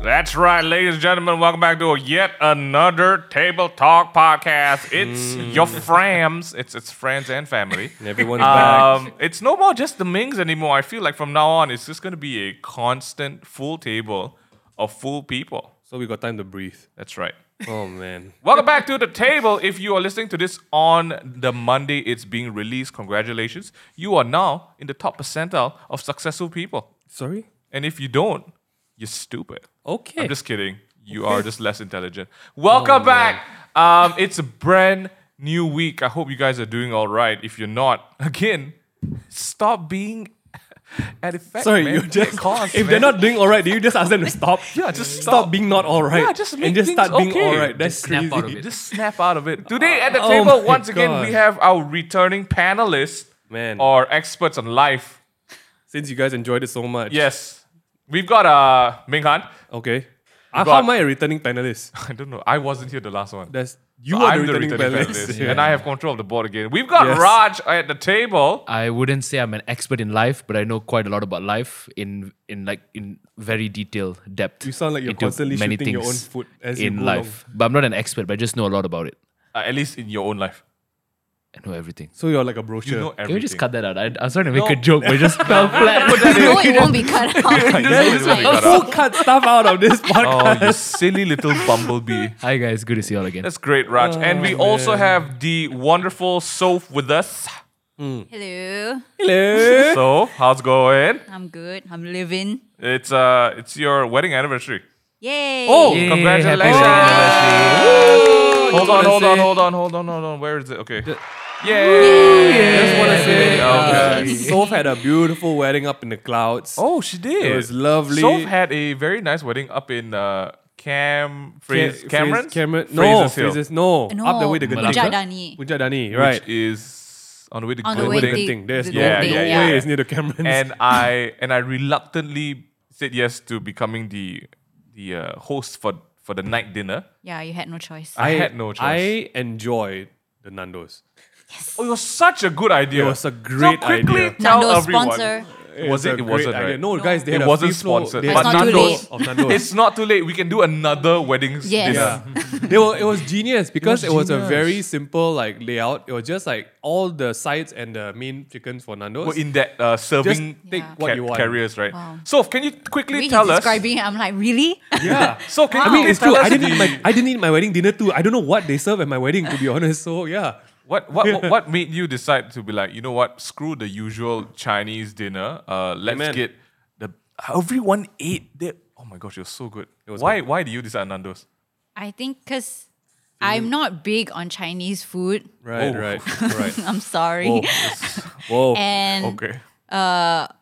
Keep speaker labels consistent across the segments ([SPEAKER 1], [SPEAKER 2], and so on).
[SPEAKER 1] That's right, ladies and gentlemen. Welcome back to yet another Table Talk podcast. It's your friends. It's it's friends and family.
[SPEAKER 2] Everyone's back.
[SPEAKER 1] Um, it's no more just the Mings anymore. I feel like from now on, it's just going to be a constant full table of full people.
[SPEAKER 2] So we got time to breathe.
[SPEAKER 1] That's right.
[SPEAKER 2] Oh man.
[SPEAKER 1] Welcome back to the table. If you are listening to this on the Monday it's being released, congratulations. You are now in the top percentile of successful people.
[SPEAKER 2] Sorry.
[SPEAKER 1] And if you don't, you're stupid.
[SPEAKER 2] Okay.
[SPEAKER 1] I'm just kidding. You are just less intelligent.
[SPEAKER 2] Oh,
[SPEAKER 1] Welcome back. Um, it's a brand new week. I hope you guys are doing all right. If you're not, again, stop being at effect.
[SPEAKER 2] Sorry,
[SPEAKER 1] man.
[SPEAKER 2] you just
[SPEAKER 1] Get cause,
[SPEAKER 2] if
[SPEAKER 1] man.
[SPEAKER 2] they're not doing all right, do you just ask them to stop?
[SPEAKER 1] Yeah, just
[SPEAKER 2] stop,
[SPEAKER 1] stop.
[SPEAKER 2] being not all right.
[SPEAKER 1] Yeah, just make
[SPEAKER 2] and just
[SPEAKER 1] things
[SPEAKER 2] start being
[SPEAKER 1] okay.
[SPEAKER 2] all right. That's
[SPEAKER 3] Just snap
[SPEAKER 2] crazy.
[SPEAKER 3] out of it.
[SPEAKER 1] Just snap out of it. Today at the
[SPEAKER 2] Oh
[SPEAKER 1] table,
[SPEAKER 2] my
[SPEAKER 1] once again, we
[SPEAKER 2] God.
[SPEAKER 1] have our returning panelists
[SPEAKER 2] Man.
[SPEAKER 1] or experts on life.
[SPEAKER 2] Since you guys enjoyed it so much.
[SPEAKER 1] Yes. We've got uh Ming Han.
[SPEAKER 2] Okay. Uh,
[SPEAKER 1] got-
[SPEAKER 2] how am I a returning panelist?
[SPEAKER 1] I don't know. I wasn't here the last one.
[SPEAKER 2] That's you
[SPEAKER 1] So
[SPEAKER 2] are
[SPEAKER 1] I'm
[SPEAKER 2] the returning, panelist. Yeah.
[SPEAKER 1] And I have control of the board again. We've got
[SPEAKER 2] Yes.
[SPEAKER 1] Raj at the table.
[SPEAKER 3] I wouldn't say I'm an expert in life, but I know quite a lot about life in in like in very detailed depth.
[SPEAKER 2] You sound like you're
[SPEAKER 3] into
[SPEAKER 2] constantly
[SPEAKER 3] many
[SPEAKER 2] shooting your own
[SPEAKER 3] things
[SPEAKER 2] foot as you
[SPEAKER 3] in
[SPEAKER 2] go
[SPEAKER 3] life. But I'm not an expert, but I just know a lot about it.
[SPEAKER 1] Uh, at least in your own life.
[SPEAKER 3] I know everything.
[SPEAKER 2] So you're like a brochure.
[SPEAKER 1] You know everything.
[SPEAKER 3] Can we just cut that out? I, I was trying to make
[SPEAKER 1] No.
[SPEAKER 3] a joke, but it just fell flat.
[SPEAKER 4] no, it won't be cut out.
[SPEAKER 1] This is what we got
[SPEAKER 2] Who
[SPEAKER 1] out.
[SPEAKER 2] cut stuff out of this podcast?
[SPEAKER 1] Oh, you silly little bumblebee.
[SPEAKER 3] Hi guys, good to see you all again.
[SPEAKER 1] That's great, Raj.
[SPEAKER 2] Oh,
[SPEAKER 1] and we also have the wonderful Soph with us.
[SPEAKER 4] Hello,
[SPEAKER 2] Hello.
[SPEAKER 1] Soph, how's it going?
[SPEAKER 4] I'm good. I'm living.
[SPEAKER 1] It's uh, it's your wedding anniversary.
[SPEAKER 4] Yay!
[SPEAKER 2] Oh,
[SPEAKER 3] Yay,
[SPEAKER 1] Congratulations.
[SPEAKER 3] happy wedding
[SPEAKER 1] Woo. Hold on,
[SPEAKER 2] wanna
[SPEAKER 1] hold on,
[SPEAKER 2] say-
[SPEAKER 1] hold on, hold on, hold on. Where is it? Okay. Yay!
[SPEAKER 2] just want to say, uh,
[SPEAKER 1] Okay.
[SPEAKER 2] Soph had a beautiful wedding up in the clouds.
[SPEAKER 1] Oh, she did.
[SPEAKER 2] It was lovely.
[SPEAKER 1] Soph had a very nice wedding up in uh, Cam Fraz-
[SPEAKER 2] Ca-
[SPEAKER 1] Cameron's?
[SPEAKER 2] Fraser- Cameron. No,
[SPEAKER 1] Fraser's Hill,
[SPEAKER 2] Fraser's, no.
[SPEAKER 4] No,
[SPEAKER 2] Up the way to Genting.
[SPEAKER 4] Punjadani.
[SPEAKER 2] Punjadani,
[SPEAKER 1] which
[SPEAKER 2] right.
[SPEAKER 1] is on the way to
[SPEAKER 4] On the
[SPEAKER 1] Glen
[SPEAKER 4] way
[SPEAKER 1] Wedding.
[SPEAKER 4] to-
[SPEAKER 2] Genting. There's no,
[SPEAKER 1] Yeah,
[SPEAKER 2] no
[SPEAKER 1] yeah,
[SPEAKER 2] way
[SPEAKER 1] yeah.
[SPEAKER 2] it's near the Camerons.
[SPEAKER 1] and I and I reluctantly said yes to becoming the the uh, host for for the night dinner.
[SPEAKER 4] Yeah, you had no choice.
[SPEAKER 1] I had no choice.
[SPEAKER 2] I enjoyed the Nando's.
[SPEAKER 1] Oh, it was such a good idea.
[SPEAKER 2] It was a great
[SPEAKER 1] so quickly
[SPEAKER 2] idea.
[SPEAKER 1] Tell
[SPEAKER 4] Nando's
[SPEAKER 1] everyone.
[SPEAKER 4] sponsor.
[SPEAKER 1] Was it?
[SPEAKER 2] a
[SPEAKER 1] It wasn't.
[SPEAKER 2] great idea.
[SPEAKER 1] Right?
[SPEAKER 2] No, guys, they had
[SPEAKER 1] it
[SPEAKER 2] a
[SPEAKER 1] wasn't
[SPEAKER 2] free flow-
[SPEAKER 1] sponsored.
[SPEAKER 2] they
[SPEAKER 1] But
[SPEAKER 2] had
[SPEAKER 4] It's not too
[SPEAKER 1] Nando's,
[SPEAKER 4] late.
[SPEAKER 2] of Nando's.
[SPEAKER 1] it's not too late. We can do another wedding
[SPEAKER 4] Yes.
[SPEAKER 1] dinner.
[SPEAKER 2] Yeah. they were, it was genius because it was,
[SPEAKER 1] genius.
[SPEAKER 2] a very simple like layout. It was just like all the sides and the main chickens for Nando's.
[SPEAKER 1] We're in that uh,
[SPEAKER 2] just
[SPEAKER 1] serving
[SPEAKER 2] take
[SPEAKER 4] Yeah.
[SPEAKER 2] what
[SPEAKER 1] ca-
[SPEAKER 2] you want.
[SPEAKER 1] carriers, right?
[SPEAKER 4] Wow.
[SPEAKER 1] So, can you quickly
[SPEAKER 4] When you
[SPEAKER 1] tell us?
[SPEAKER 4] describing, it, I'm like, really?
[SPEAKER 2] Yeah.
[SPEAKER 1] So, can you
[SPEAKER 2] I
[SPEAKER 1] quickly
[SPEAKER 2] mean, it's
[SPEAKER 1] tell
[SPEAKER 2] true.
[SPEAKER 1] us
[SPEAKER 2] I didn't eat
[SPEAKER 1] the-
[SPEAKER 2] my I didn't eat my wedding dinner too. I don't know what they serve at my wedding to be honest. So yeah,
[SPEAKER 1] What what what- what made you decide to be like, you know what, screw the usual Chinese dinner. Uh let's
[SPEAKER 2] Amen.
[SPEAKER 1] get the everyone ate there. Oh my gosh, it was so good.
[SPEAKER 2] was
[SPEAKER 1] why why do you decide on Nando's?
[SPEAKER 4] I think because I'm not big on Chinese food.
[SPEAKER 2] right,
[SPEAKER 1] Oh.
[SPEAKER 2] right, right.
[SPEAKER 4] I'm sorry.
[SPEAKER 2] Whoa, whoa.
[SPEAKER 4] And
[SPEAKER 1] Okay.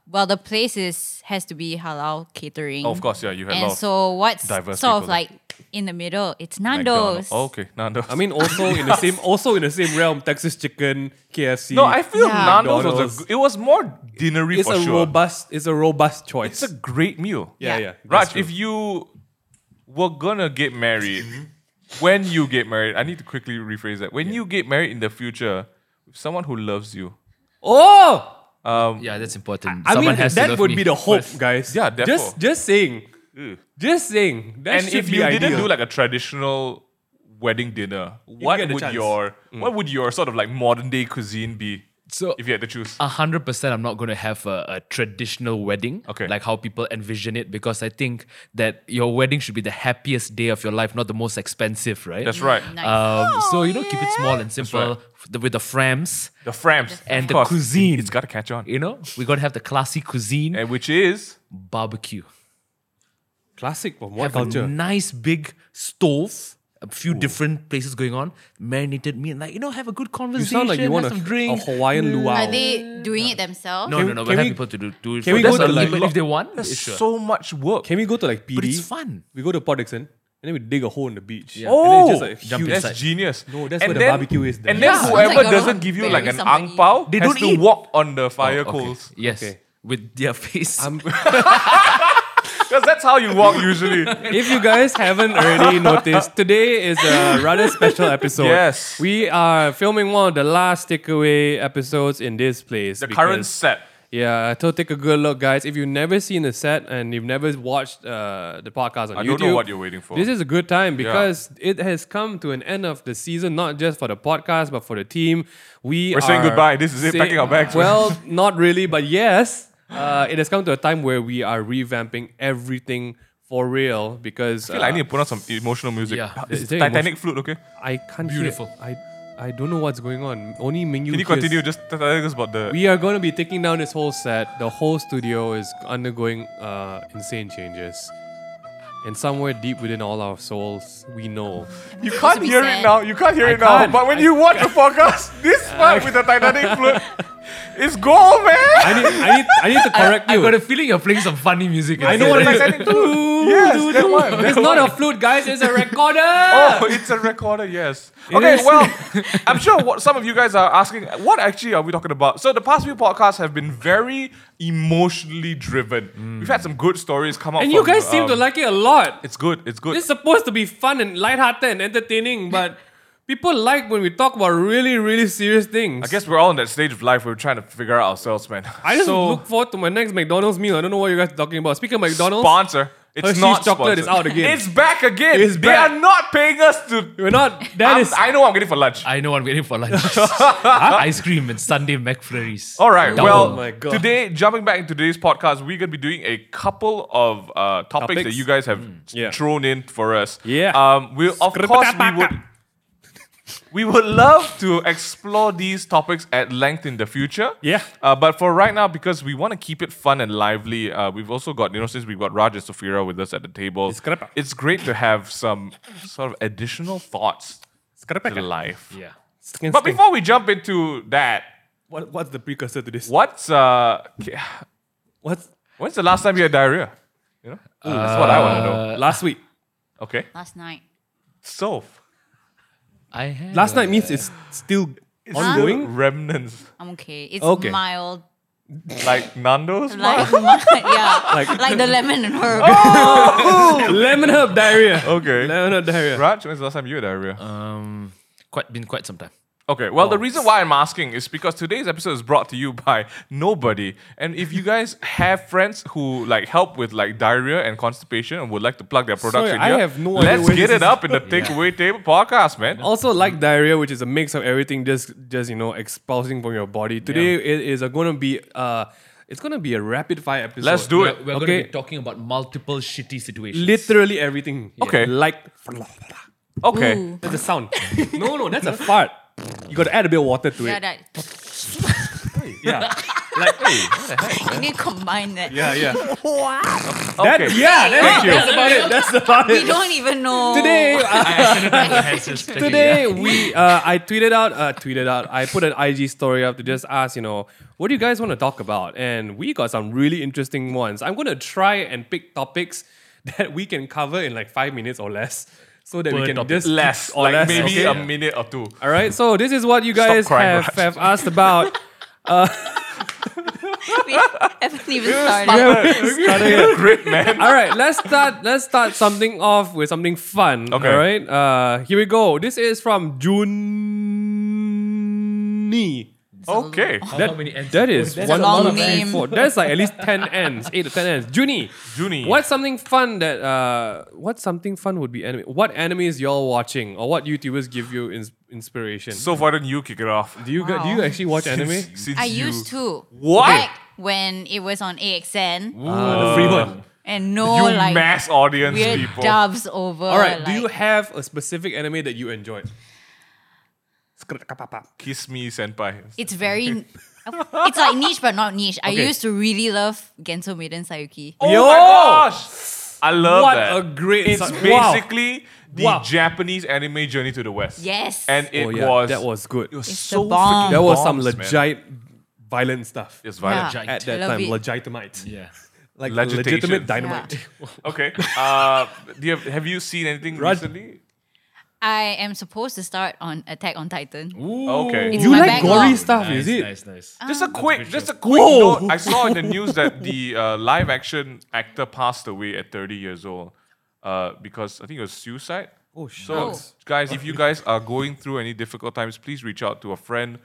[SPEAKER 4] well, the place is has to be halal catering.
[SPEAKER 1] Oh, of course, yeah, you had
[SPEAKER 4] And
[SPEAKER 1] lots.
[SPEAKER 4] so what's sort
[SPEAKER 1] diverse
[SPEAKER 4] of
[SPEAKER 1] people.
[SPEAKER 4] like in the middle? It's
[SPEAKER 1] McDonald's.
[SPEAKER 4] Nando's.
[SPEAKER 1] Oh, okay, Nando's.
[SPEAKER 2] I mean, also in the same also in the same realm, Texas chicken, KFC.
[SPEAKER 1] no, I feel
[SPEAKER 4] Yeah.
[SPEAKER 1] Nando's was
[SPEAKER 2] McDonald's.
[SPEAKER 1] a g- it was more dinnery
[SPEAKER 2] it's
[SPEAKER 1] for
[SPEAKER 2] a
[SPEAKER 1] sure.
[SPEAKER 2] robust. It's a robust choice.
[SPEAKER 1] It's a great meal.
[SPEAKER 2] yeah,
[SPEAKER 4] Yeah.
[SPEAKER 2] yeah.
[SPEAKER 1] Raj, if you were gonna get married, when you get married, I need to quickly rephrase that. When you get married in the future, with someone who loves you,
[SPEAKER 2] oh.
[SPEAKER 3] yeah, that's important.
[SPEAKER 2] I
[SPEAKER 3] Someone
[SPEAKER 2] mean,
[SPEAKER 3] has to
[SPEAKER 2] that
[SPEAKER 3] love
[SPEAKER 2] would
[SPEAKER 3] me
[SPEAKER 2] be the hope,
[SPEAKER 3] first.
[SPEAKER 2] guys.
[SPEAKER 1] Yeah,
[SPEAKER 2] Just,
[SPEAKER 1] therefore.
[SPEAKER 2] just saying,
[SPEAKER 1] Ugh.
[SPEAKER 2] just saying. That
[SPEAKER 1] and
[SPEAKER 2] should
[SPEAKER 1] if
[SPEAKER 2] be
[SPEAKER 1] you didn't
[SPEAKER 2] ideal.
[SPEAKER 1] do like a traditional wedding dinner, what
[SPEAKER 2] get the
[SPEAKER 1] would
[SPEAKER 2] chance. Mm.
[SPEAKER 1] your what would your sort of like modern day cuisine be
[SPEAKER 3] So um,
[SPEAKER 1] if you had to choose?
[SPEAKER 3] A hundred percent, I'm not going to have a, a traditional wedding,
[SPEAKER 1] Okay.
[SPEAKER 3] like how people envision it, because I think that your wedding should be the happiest day of your life, not the most expensive, right?
[SPEAKER 1] That's right. Uh,
[SPEAKER 4] Nice.
[SPEAKER 3] Um, so you know, keep it small and simple
[SPEAKER 1] right.
[SPEAKER 3] f- the- with the frames.
[SPEAKER 1] The frams
[SPEAKER 3] And
[SPEAKER 1] of
[SPEAKER 3] the
[SPEAKER 1] course,
[SPEAKER 3] cuisine.
[SPEAKER 1] It's got to catch on,
[SPEAKER 3] You know, we gotta have the classy cuisine
[SPEAKER 1] and which is
[SPEAKER 3] barbecue.
[SPEAKER 2] classic from what
[SPEAKER 3] Have a
[SPEAKER 2] culture?
[SPEAKER 3] nice big stove, a few different places going on, marinated meat, like you know, have a good
[SPEAKER 2] You
[SPEAKER 3] conversation.
[SPEAKER 2] sound like you
[SPEAKER 3] have
[SPEAKER 2] want a,
[SPEAKER 3] some
[SPEAKER 2] a
[SPEAKER 3] drink. Mm.
[SPEAKER 2] Hawaiian luau.
[SPEAKER 4] Are they doing it themselves?
[SPEAKER 3] no,
[SPEAKER 2] Can
[SPEAKER 3] no,
[SPEAKER 2] we-
[SPEAKER 3] no.
[SPEAKER 2] can
[SPEAKER 3] We'll have
[SPEAKER 2] we-
[SPEAKER 3] people to do, do it.
[SPEAKER 2] can
[SPEAKER 3] for
[SPEAKER 2] we
[SPEAKER 3] them.
[SPEAKER 2] go
[SPEAKER 3] That's
[SPEAKER 2] to
[SPEAKER 3] a-
[SPEAKER 2] like-
[SPEAKER 3] but if they want?
[SPEAKER 1] there's
[SPEAKER 3] sure.
[SPEAKER 1] so much work.
[SPEAKER 2] Can we go to like PD?
[SPEAKER 3] but it's fun.
[SPEAKER 2] We go to Port Dickson and then we dig a hole in the beach.
[SPEAKER 3] Yeah.
[SPEAKER 2] and
[SPEAKER 1] Oh,
[SPEAKER 2] then it's just like
[SPEAKER 3] Jump
[SPEAKER 2] huge.
[SPEAKER 1] that's
[SPEAKER 3] inside.
[SPEAKER 1] genius.
[SPEAKER 2] No, that's
[SPEAKER 1] and
[SPEAKER 2] where the
[SPEAKER 1] then,
[SPEAKER 2] barbecue is then.
[SPEAKER 1] And
[SPEAKER 2] Yeah,
[SPEAKER 1] then
[SPEAKER 2] sounds
[SPEAKER 1] whoever
[SPEAKER 4] like you're
[SPEAKER 1] doesn't
[SPEAKER 4] gonna
[SPEAKER 1] give you
[SPEAKER 4] bury
[SPEAKER 1] like an
[SPEAKER 4] somebody.
[SPEAKER 1] ang pao,
[SPEAKER 3] They
[SPEAKER 1] has
[SPEAKER 3] don't
[SPEAKER 1] to
[SPEAKER 3] eat. Oh,
[SPEAKER 1] walk on the fire
[SPEAKER 3] Okay.
[SPEAKER 1] coals
[SPEAKER 3] Yes.
[SPEAKER 2] Okay.
[SPEAKER 3] With their face.
[SPEAKER 2] I'm-
[SPEAKER 1] because that's how you walk usually.
[SPEAKER 2] if you guys haven't already noticed, today is a rather special episode.
[SPEAKER 1] Yes.
[SPEAKER 2] We are filming one of the last takeaway episodes in this place.
[SPEAKER 1] The current
[SPEAKER 2] because-
[SPEAKER 1] set.
[SPEAKER 2] Yeah, so take a good look, guys. If you've never seen the set and you've never watched uh, the podcast on
[SPEAKER 1] I
[SPEAKER 2] YouTube,
[SPEAKER 1] don't know what you're waiting for.
[SPEAKER 2] This is a good time because it has come to an end of the season, not just for the podcast but for the team. We
[SPEAKER 1] We're
[SPEAKER 2] are
[SPEAKER 1] saying goodbye. This is it, packing our bags.
[SPEAKER 2] Well, not really, but yes, uh, it has come to a time where we are revamping everything for real because
[SPEAKER 1] I feel like I need to put on some emotional music.
[SPEAKER 3] Yeah.
[SPEAKER 1] This is
[SPEAKER 2] Is there
[SPEAKER 1] Titanic flute, okay?
[SPEAKER 2] uh, I can't.
[SPEAKER 3] Beautiful.
[SPEAKER 2] Hear it. I I don't know what's going on. Only Mingyu.
[SPEAKER 1] Can you
[SPEAKER 2] hears-
[SPEAKER 1] continue? Just tell us about the.
[SPEAKER 2] We are going to be taking down this whole set. The whole studio is undergoing uh, insane changes. And somewhere deep within all our souls, we know.
[SPEAKER 1] you
[SPEAKER 4] It's
[SPEAKER 1] can't
[SPEAKER 4] supposed to be
[SPEAKER 1] hear it
[SPEAKER 4] sad.
[SPEAKER 1] now. You can't hear it now.
[SPEAKER 2] can't.
[SPEAKER 1] But when you watch the podcast, this part with the Titanic flute is gold, man.
[SPEAKER 2] I need, I need, I need to correct
[SPEAKER 3] I
[SPEAKER 2] you.
[SPEAKER 3] got a feeling you're playing some funny music.
[SPEAKER 2] I know what
[SPEAKER 1] It's
[SPEAKER 2] it
[SPEAKER 1] Titanic flute. yes, that one. that
[SPEAKER 2] it's not a flute, guys. It's a recorder.
[SPEAKER 1] Oh, it's a recorder, yes. Okay,
[SPEAKER 2] is.
[SPEAKER 1] well, I'm sure what, some of you guys are asking, what actually are we talking about? So, the past few podcasts have been very emotionally driven. We've had some good stories come out.
[SPEAKER 2] Mm. and you
[SPEAKER 1] from,
[SPEAKER 2] guys seem to
[SPEAKER 1] um,
[SPEAKER 2] like it a lot.
[SPEAKER 1] It's good, it's good.
[SPEAKER 2] It's supposed to be fun and lighthearted and entertaining, but people like when we talk about really, really serious
[SPEAKER 1] I
[SPEAKER 2] things.
[SPEAKER 1] guess we're all in that stage of life where we're trying to figure out ourselves, man.
[SPEAKER 2] I just
[SPEAKER 1] so,
[SPEAKER 2] look forward to my next McDonald's meal. I don't know what you guys are talking about. Speaking of McDonald's,
[SPEAKER 1] sponsor. It's
[SPEAKER 2] Hershey's
[SPEAKER 1] not
[SPEAKER 2] chocolate
[SPEAKER 1] sponsored.
[SPEAKER 2] is out again.
[SPEAKER 1] It's back again.
[SPEAKER 2] It's
[SPEAKER 1] they
[SPEAKER 2] back.
[SPEAKER 1] are not paying us to.
[SPEAKER 2] we're not. That
[SPEAKER 1] I'm-
[SPEAKER 2] is.
[SPEAKER 1] I know what I'm getting for lunch.
[SPEAKER 3] I know what I'm waiting for lunch. Ice cream and Sunday McFlurries.
[SPEAKER 1] All right.
[SPEAKER 3] Double.
[SPEAKER 1] Well,
[SPEAKER 2] Oh my God.
[SPEAKER 1] today, jumping back into today's podcast, we're going to be doing a couple of uh, topics,
[SPEAKER 2] Topics? Mm,
[SPEAKER 1] that you guys have
[SPEAKER 2] Yeah.
[SPEAKER 1] thrown in for us.
[SPEAKER 2] Yeah.
[SPEAKER 1] Um, we of course we would we would love to explore these topics at length in the future.
[SPEAKER 2] Yeah.
[SPEAKER 1] Uh, but for right now, because we want to keep it fun and lively, uh, we've also got you know since we've got Raj and Safira with us at the table,
[SPEAKER 2] It's crap.
[SPEAKER 1] it's great to have some sort of additional thoughts to life.
[SPEAKER 3] Yeah.
[SPEAKER 2] Skin,
[SPEAKER 1] But
[SPEAKER 2] skin.
[SPEAKER 1] before we jump into that,
[SPEAKER 2] what, what's the precursor to this?
[SPEAKER 1] what's uh? k-
[SPEAKER 2] What's
[SPEAKER 1] When's the last time you had diarrhea? You know, that's what I want to know.
[SPEAKER 2] last week?
[SPEAKER 1] Okay,
[SPEAKER 4] Last night.
[SPEAKER 1] so
[SPEAKER 3] I had
[SPEAKER 2] Last
[SPEAKER 3] a-
[SPEAKER 2] night means it's still
[SPEAKER 1] it's still
[SPEAKER 2] ongoing.
[SPEAKER 1] remnants
[SPEAKER 4] I'm okay. It's
[SPEAKER 2] Okay.
[SPEAKER 4] mild.
[SPEAKER 1] like Nando's.
[SPEAKER 4] Like, yeah.
[SPEAKER 2] Like- Oh!
[SPEAKER 4] Like, the lemon and herb.
[SPEAKER 2] Lemon herb diarrhea.
[SPEAKER 1] Okay.
[SPEAKER 2] Lemon herb diarrhea.
[SPEAKER 1] Raj, when's the last time you had diarrhea?
[SPEAKER 2] Uh,
[SPEAKER 3] Um, quite been quite some time.
[SPEAKER 1] Okay, well,
[SPEAKER 2] oh.
[SPEAKER 1] the reason why I'm asking is because today's episode is brought to you by nobody. And if you guys have friends who like help with like diarrhea and constipation and would like to plug their products
[SPEAKER 2] Sorry,
[SPEAKER 1] in
[SPEAKER 2] I
[SPEAKER 1] here,
[SPEAKER 2] have no idea
[SPEAKER 1] let's
[SPEAKER 2] where
[SPEAKER 1] get
[SPEAKER 2] this
[SPEAKER 1] it
[SPEAKER 2] is-
[SPEAKER 1] up in the takeaway table podcast, man.
[SPEAKER 2] Also, like diarrhea, which is a mix of everything, just just you know, expulsing from your body. Today it is a, gonna be uh, it's gonna be a rapid fire episode.
[SPEAKER 1] Let's do
[SPEAKER 3] We're,
[SPEAKER 1] it.
[SPEAKER 3] we're going
[SPEAKER 2] Okay.
[SPEAKER 3] to be talking about multiple shitty situations.
[SPEAKER 2] Literally everything.
[SPEAKER 1] Okay.
[SPEAKER 2] Like
[SPEAKER 1] Okay.
[SPEAKER 4] Ooh.
[SPEAKER 2] that's a sound. no, no, that's a fart. You gotta add a bit of water to
[SPEAKER 4] yeah,
[SPEAKER 2] it.
[SPEAKER 4] that,
[SPEAKER 2] Yeah. like
[SPEAKER 4] you need to combine that.
[SPEAKER 2] yeah, yeah. That,
[SPEAKER 1] Okay.
[SPEAKER 2] yeah, that's,
[SPEAKER 4] Thank you.
[SPEAKER 2] that's about it. That's about
[SPEAKER 4] We
[SPEAKER 2] it.
[SPEAKER 4] don't even know.
[SPEAKER 2] Today, uh,
[SPEAKER 3] Today,
[SPEAKER 2] today we uh, I tweeted out uh, tweeted out I put an IG story up to just ask you know what do you guys want to talk about and we got some really interesting ones I'm gonna try and pick topics that we can cover in like five minutes or less so that we
[SPEAKER 3] Per
[SPEAKER 2] can
[SPEAKER 3] topic.
[SPEAKER 2] just
[SPEAKER 1] Less,
[SPEAKER 2] or
[SPEAKER 1] like
[SPEAKER 2] less
[SPEAKER 1] maybe
[SPEAKER 2] okay?
[SPEAKER 1] a minute or two.
[SPEAKER 2] all right so this is what you
[SPEAKER 1] Stop
[SPEAKER 2] guys
[SPEAKER 1] crying,
[SPEAKER 2] have,
[SPEAKER 1] Raj.
[SPEAKER 2] have asked about
[SPEAKER 4] we haven't even started.
[SPEAKER 1] Great, man.
[SPEAKER 2] all right let's start let's start something off with something fun
[SPEAKER 1] Okay.
[SPEAKER 2] all right uh, here we go this is from Juni.
[SPEAKER 1] Okay.
[SPEAKER 3] how many ends?
[SPEAKER 2] That is
[SPEAKER 4] a
[SPEAKER 2] one
[SPEAKER 4] long
[SPEAKER 2] two, three,
[SPEAKER 4] name.
[SPEAKER 2] four. That's like at least ten ends, eight to ten ends. Junie,
[SPEAKER 1] Junie.
[SPEAKER 2] what's something fun that uh, what's something fun would be anime? What animes y'all watching or what YouTubers give you ins- inspiration?
[SPEAKER 1] So why don't you kick it off?
[SPEAKER 2] do you gu- do you
[SPEAKER 4] Wow.
[SPEAKER 2] actually watch anime?
[SPEAKER 1] Since- since
[SPEAKER 4] I
[SPEAKER 1] you-
[SPEAKER 4] used to.
[SPEAKER 1] What?
[SPEAKER 4] Back when it was on AXN
[SPEAKER 2] Uh, the free one.
[SPEAKER 4] and no
[SPEAKER 1] You
[SPEAKER 4] Oh, like
[SPEAKER 1] mass audience
[SPEAKER 4] weird
[SPEAKER 1] people.
[SPEAKER 4] dubs over.
[SPEAKER 2] All right. do
[SPEAKER 4] like-
[SPEAKER 2] you have a specific anime that you enjoyed?
[SPEAKER 1] Kiss me, senpai.
[SPEAKER 4] It's very. it's like niche, but not niche. I
[SPEAKER 2] Okay.
[SPEAKER 4] used to really love Genso Maiden Sayuki.
[SPEAKER 1] Oh
[SPEAKER 2] Yo!
[SPEAKER 1] my gosh! I love
[SPEAKER 2] What
[SPEAKER 1] that.
[SPEAKER 2] a great
[SPEAKER 1] It's
[SPEAKER 2] song. Wow.
[SPEAKER 1] basically the
[SPEAKER 2] Wow.
[SPEAKER 1] Japanese anime Journey to the West.
[SPEAKER 4] Yes.
[SPEAKER 1] And it
[SPEAKER 2] Oh, yeah,
[SPEAKER 1] was
[SPEAKER 2] that was good.
[SPEAKER 1] it was
[SPEAKER 4] It's
[SPEAKER 1] so
[SPEAKER 4] the bomb.
[SPEAKER 1] freaking
[SPEAKER 2] that was some
[SPEAKER 1] bombs, man.
[SPEAKER 2] legit violent stuff
[SPEAKER 1] It's violent.
[SPEAKER 4] Yeah.
[SPEAKER 2] at that
[SPEAKER 4] Love
[SPEAKER 2] time.
[SPEAKER 4] it.
[SPEAKER 2] Legitimate,
[SPEAKER 3] Yeah.
[SPEAKER 2] like
[SPEAKER 1] Legitation.
[SPEAKER 2] legitimate dynamite.
[SPEAKER 1] Okay. Uh, do you have, have you seen anything
[SPEAKER 2] Raj-
[SPEAKER 1] recently?
[SPEAKER 4] I am supposed to start on Attack on Titan.
[SPEAKER 1] Okay.
[SPEAKER 4] It's
[SPEAKER 2] You
[SPEAKER 4] my
[SPEAKER 2] like
[SPEAKER 4] backlog.
[SPEAKER 2] gory stuff, is it?
[SPEAKER 3] Nice, nice.
[SPEAKER 1] Just a quick, just a quick
[SPEAKER 2] Whoa.
[SPEAKER 1] note. I saw in the news that the uh, live action actor passed away at 30 years old uh, because I think it was suicide.
[SPEAKER 2] Oh,
[SPEAKER 1] So,
[SPEAKER 4] shucks.
[SPEAKER 1] guys, if you guys are going through any difficult times, please reach out to a friend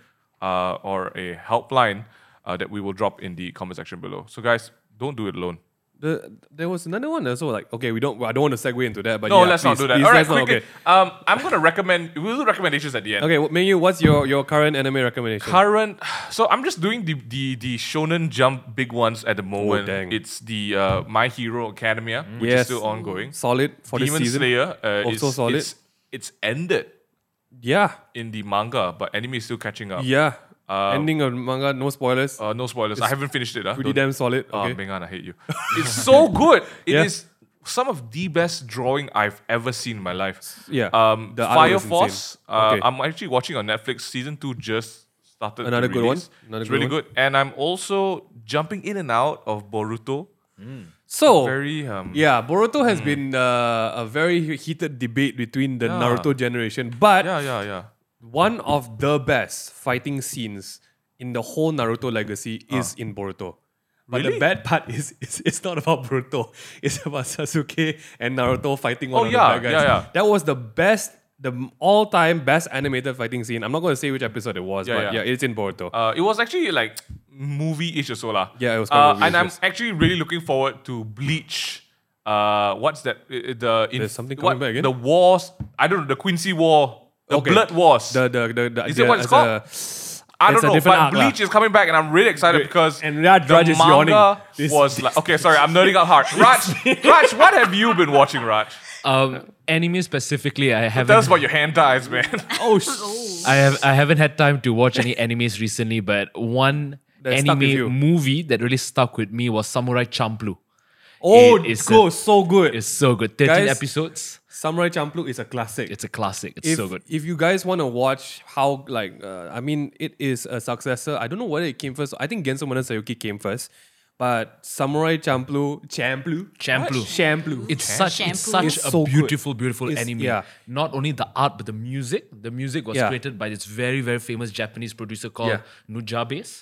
[SPEAKER 1] uh, or a helpline uh, that we will drop in the comment section below. So, guys, don't do it alone.
[SPEAKER 2] The, there was another one also like okay we don't I don't want to segue into that but
[SPEAKER 1] No,
[SPEAKER 2] yeah,
[SPEAKER 1] let's not
[SPEAKER 2] please,
[SPEAKER 1] do that.
[SPEAKER 2] please,
[SPEAKER 1] All right,
[SPEAKER 2] let's not-
[SPEAKER 1] quickly. Um, I'm going to recommend, we'll do recommendations at the end.
[SPEAKER 2] okay okay well, Mingyu what's your your current anime recommendation
[SPEAKER 1] Current, so I'm just doing the, the the Shonen Jump big ones at the moment.
[SPEAKER 2] dang.
[SPEAKER 1] it's the uh, My Hero Academia, which is
[SPEAKER 2] Yes.
[SPEAKER 1] still ongoing.
[SPEAKER 2] solid for
[SPEAKER 1] Demon
[SPEAKER 2] this season
[SPEAKER 1] Slayer, uh,
[SPEAKER 2] Also
[SPEAKER 1] is-
[SPEAKER 2] solid.
[SPEAKER 1] It's, it's ended
[SPEAKER 2] yeah
[SPEAKER 1] in the manga, but anime is still catching up.
[SPEAKER 2] yeah
[SPEAKER 1] Uh,
[SPEAKER 2] ending of manga no spoilers
[SPEAKER 1] Uh, no spoilers. I haven't finished it. Huh?
[SPEAKER 2] pretty
[SPEAKER 1] Don't-
[SPEAKER 2] damn solid
[SPEAKER 1] Ah,
[SPEAKER 2] okay
[SPEAKER 1] Bengan, I hate you. It's so good. It is
[SPEAKER 2] Yeah.
[SPEAKER 1] some of the best drawing I've ever seen in my life.
[SPEAKER 2] Yeah.
[SPEAKER 1] Um,
[SPEAKER 2] The art
[SPEAKER 1] Fire
[SPEAKER 2] was insane.
[SPEAKER 1] Force. Uh,
[SPEAKER 2] Okay.
[SPEAKER 1] I'm actually watching on Netflix. Season two just started. to
[SPEAKER 2] Another good one.
[SPEAKER 1] release.
[SPEAKER 2] Another
[SPEAKER 1] it's
[SPEAKER 2] good
[SPEAKER 1] really
[SPEAKER 2] one.
[SPEAKER 1] good. And I'm also jumping in and out of Boruto.
[SPEAKER 2] so
[SPEAKER 1] Very um.
[SPEAKER 2] Oh. Yeah, Boruto has been uh, a very he- heated debate between the
[SPEAKER 1] Yeah.
[SPEAKER 2] Naruto generation, but
[SPEAKER 1] Yeah, yeah, yeah.
[SPEAKER 2] one of the best fighting scenes in the whole Naruto legacy is in Boruto. But the
[SPEAKER 1] Ah. Really?
[SPEAKER 2] bad part is, is it's not about Boruto. It's about Sasuke and Naruto fighting
[SPEAKER 1] Oh,
[SPEAKER 2] one of
[SPEAKER 1] yeah,
[SPEAKER 2] the bad guys.
[SPEAKER 1] yeah, yeah.
[SPEAKER 2] That was the best, the all-time best animated fighting scene. I'm not going to say which episode it was,
[SPEAKER 1] Yeah,
[SPEAKER 2] but yeah.
[SPEAKER 1] yeah.
[SPEAKER 2] it's in Boruto.
[SPEAKER 1] Uh, it was actually like movie-ish or so lah.
[SPEAKER 2] Yeah, it was quite
[SPEAKER 1] Uh, and I'm
[SPEAKER 2] movie-ish,
[SPEAKER 1] actually really looking forward to Bleach. Uh, what's that? I- I- The in-
[SPEAKER 2] There's something coming
[SPEAKER 1] what-
[SPEAKER 2] back again?
[SPEAKER 1] The wars. I don't know. The Quincy War. The
[SPEAKER 2] Okay.
[SPEAKER 1] Blood Wars.
[SPEAKER 2] the, the, the, the,
[SPEAKER 1] Is
[SPEAKER 2] the,
[SPEAKER 1] it what it's
[SPEAKER 2] as
[SPEAKER 1] called? I
[SPEAKER 2] a- it's
[SPEAKER 1] don't
[SPEAKER 2] a
[SPEAKER 1] know.
[SPEAKER 2] different
[SPEAKER 1] But
[SPEAKER 2] arc lah.
[SPEAKER 1] Bleach is coming back, and I'm really excited
[SPEAKER 2] Wait,
[SPEAKER 1] because
[SPEAKER 2] and Raj-
[SPEAKER 1] the
[SPEAKER 2] Raj is
[SPEAKER 1] manga
[SPEAKER 2] yawning. This-
[SPEAKER 1] was like okay. Sorry, I'm nerding out hard. Raj, Raj, what have you been watching, Raj?
[SPEAKER 3] Um, anime specifically, I haven't.
[SPEAKER 1] Tell us about your hand ties, man.
[SPEAKER 2] oh, sh-
[SPEAKER 3] I have I haven't had time to watch any animes recently, but one
[SPEAKER 2] That stuck with you.
[SPEAKER 3] anime movie that really stuck with me was Samurai Champloo.
[SPEAKER 2] oh
[SPEAKER 3] It is a-
[SPEAKER 2] go, so good.
[SPEAKER 3] It's so good. Thirteen
[SPEAKER 2] Guys-
[SPEAKER 3] episodes.
[SPEAKER 2] Samurai Champloo is a classic.
[SPEAKER 3] It's a classic. It's
[SPEAKER 2] if,
[SPEAKER 3] so good.
[SPEAKER 2] If you guys want to watch how, like, uh, I mean, it is a successor. I don't know whether it came first. I think Genso Momonosuke came first, but Samurai Champloo, Champloo,
[SPEAKER 3] Champloo.
[SPEAKER 2] Champloo.
[SPEAKER 3] It's such it's
[SPEAKER 4] Shampoo.
[SPEAKER 3] such
[SPEAKER 4] It's
[SPEAKER 3] a
[SPEAKER 2] so good.
[SPEAKER 3] beautiful, beautiful
[SPEAKER 2] It's-
[SPEAKER 3] anime.
[SPEAKER 2] yeah.
[SPEAKER 3] Not only the art, but the music. The music was
[SPEAKER 2] Yeah.
[SPEAKER 3] created by this very, very famous Japanese producer called
[SPEAKER 2] Yeah.
[SPEAKER 3] Nujabes.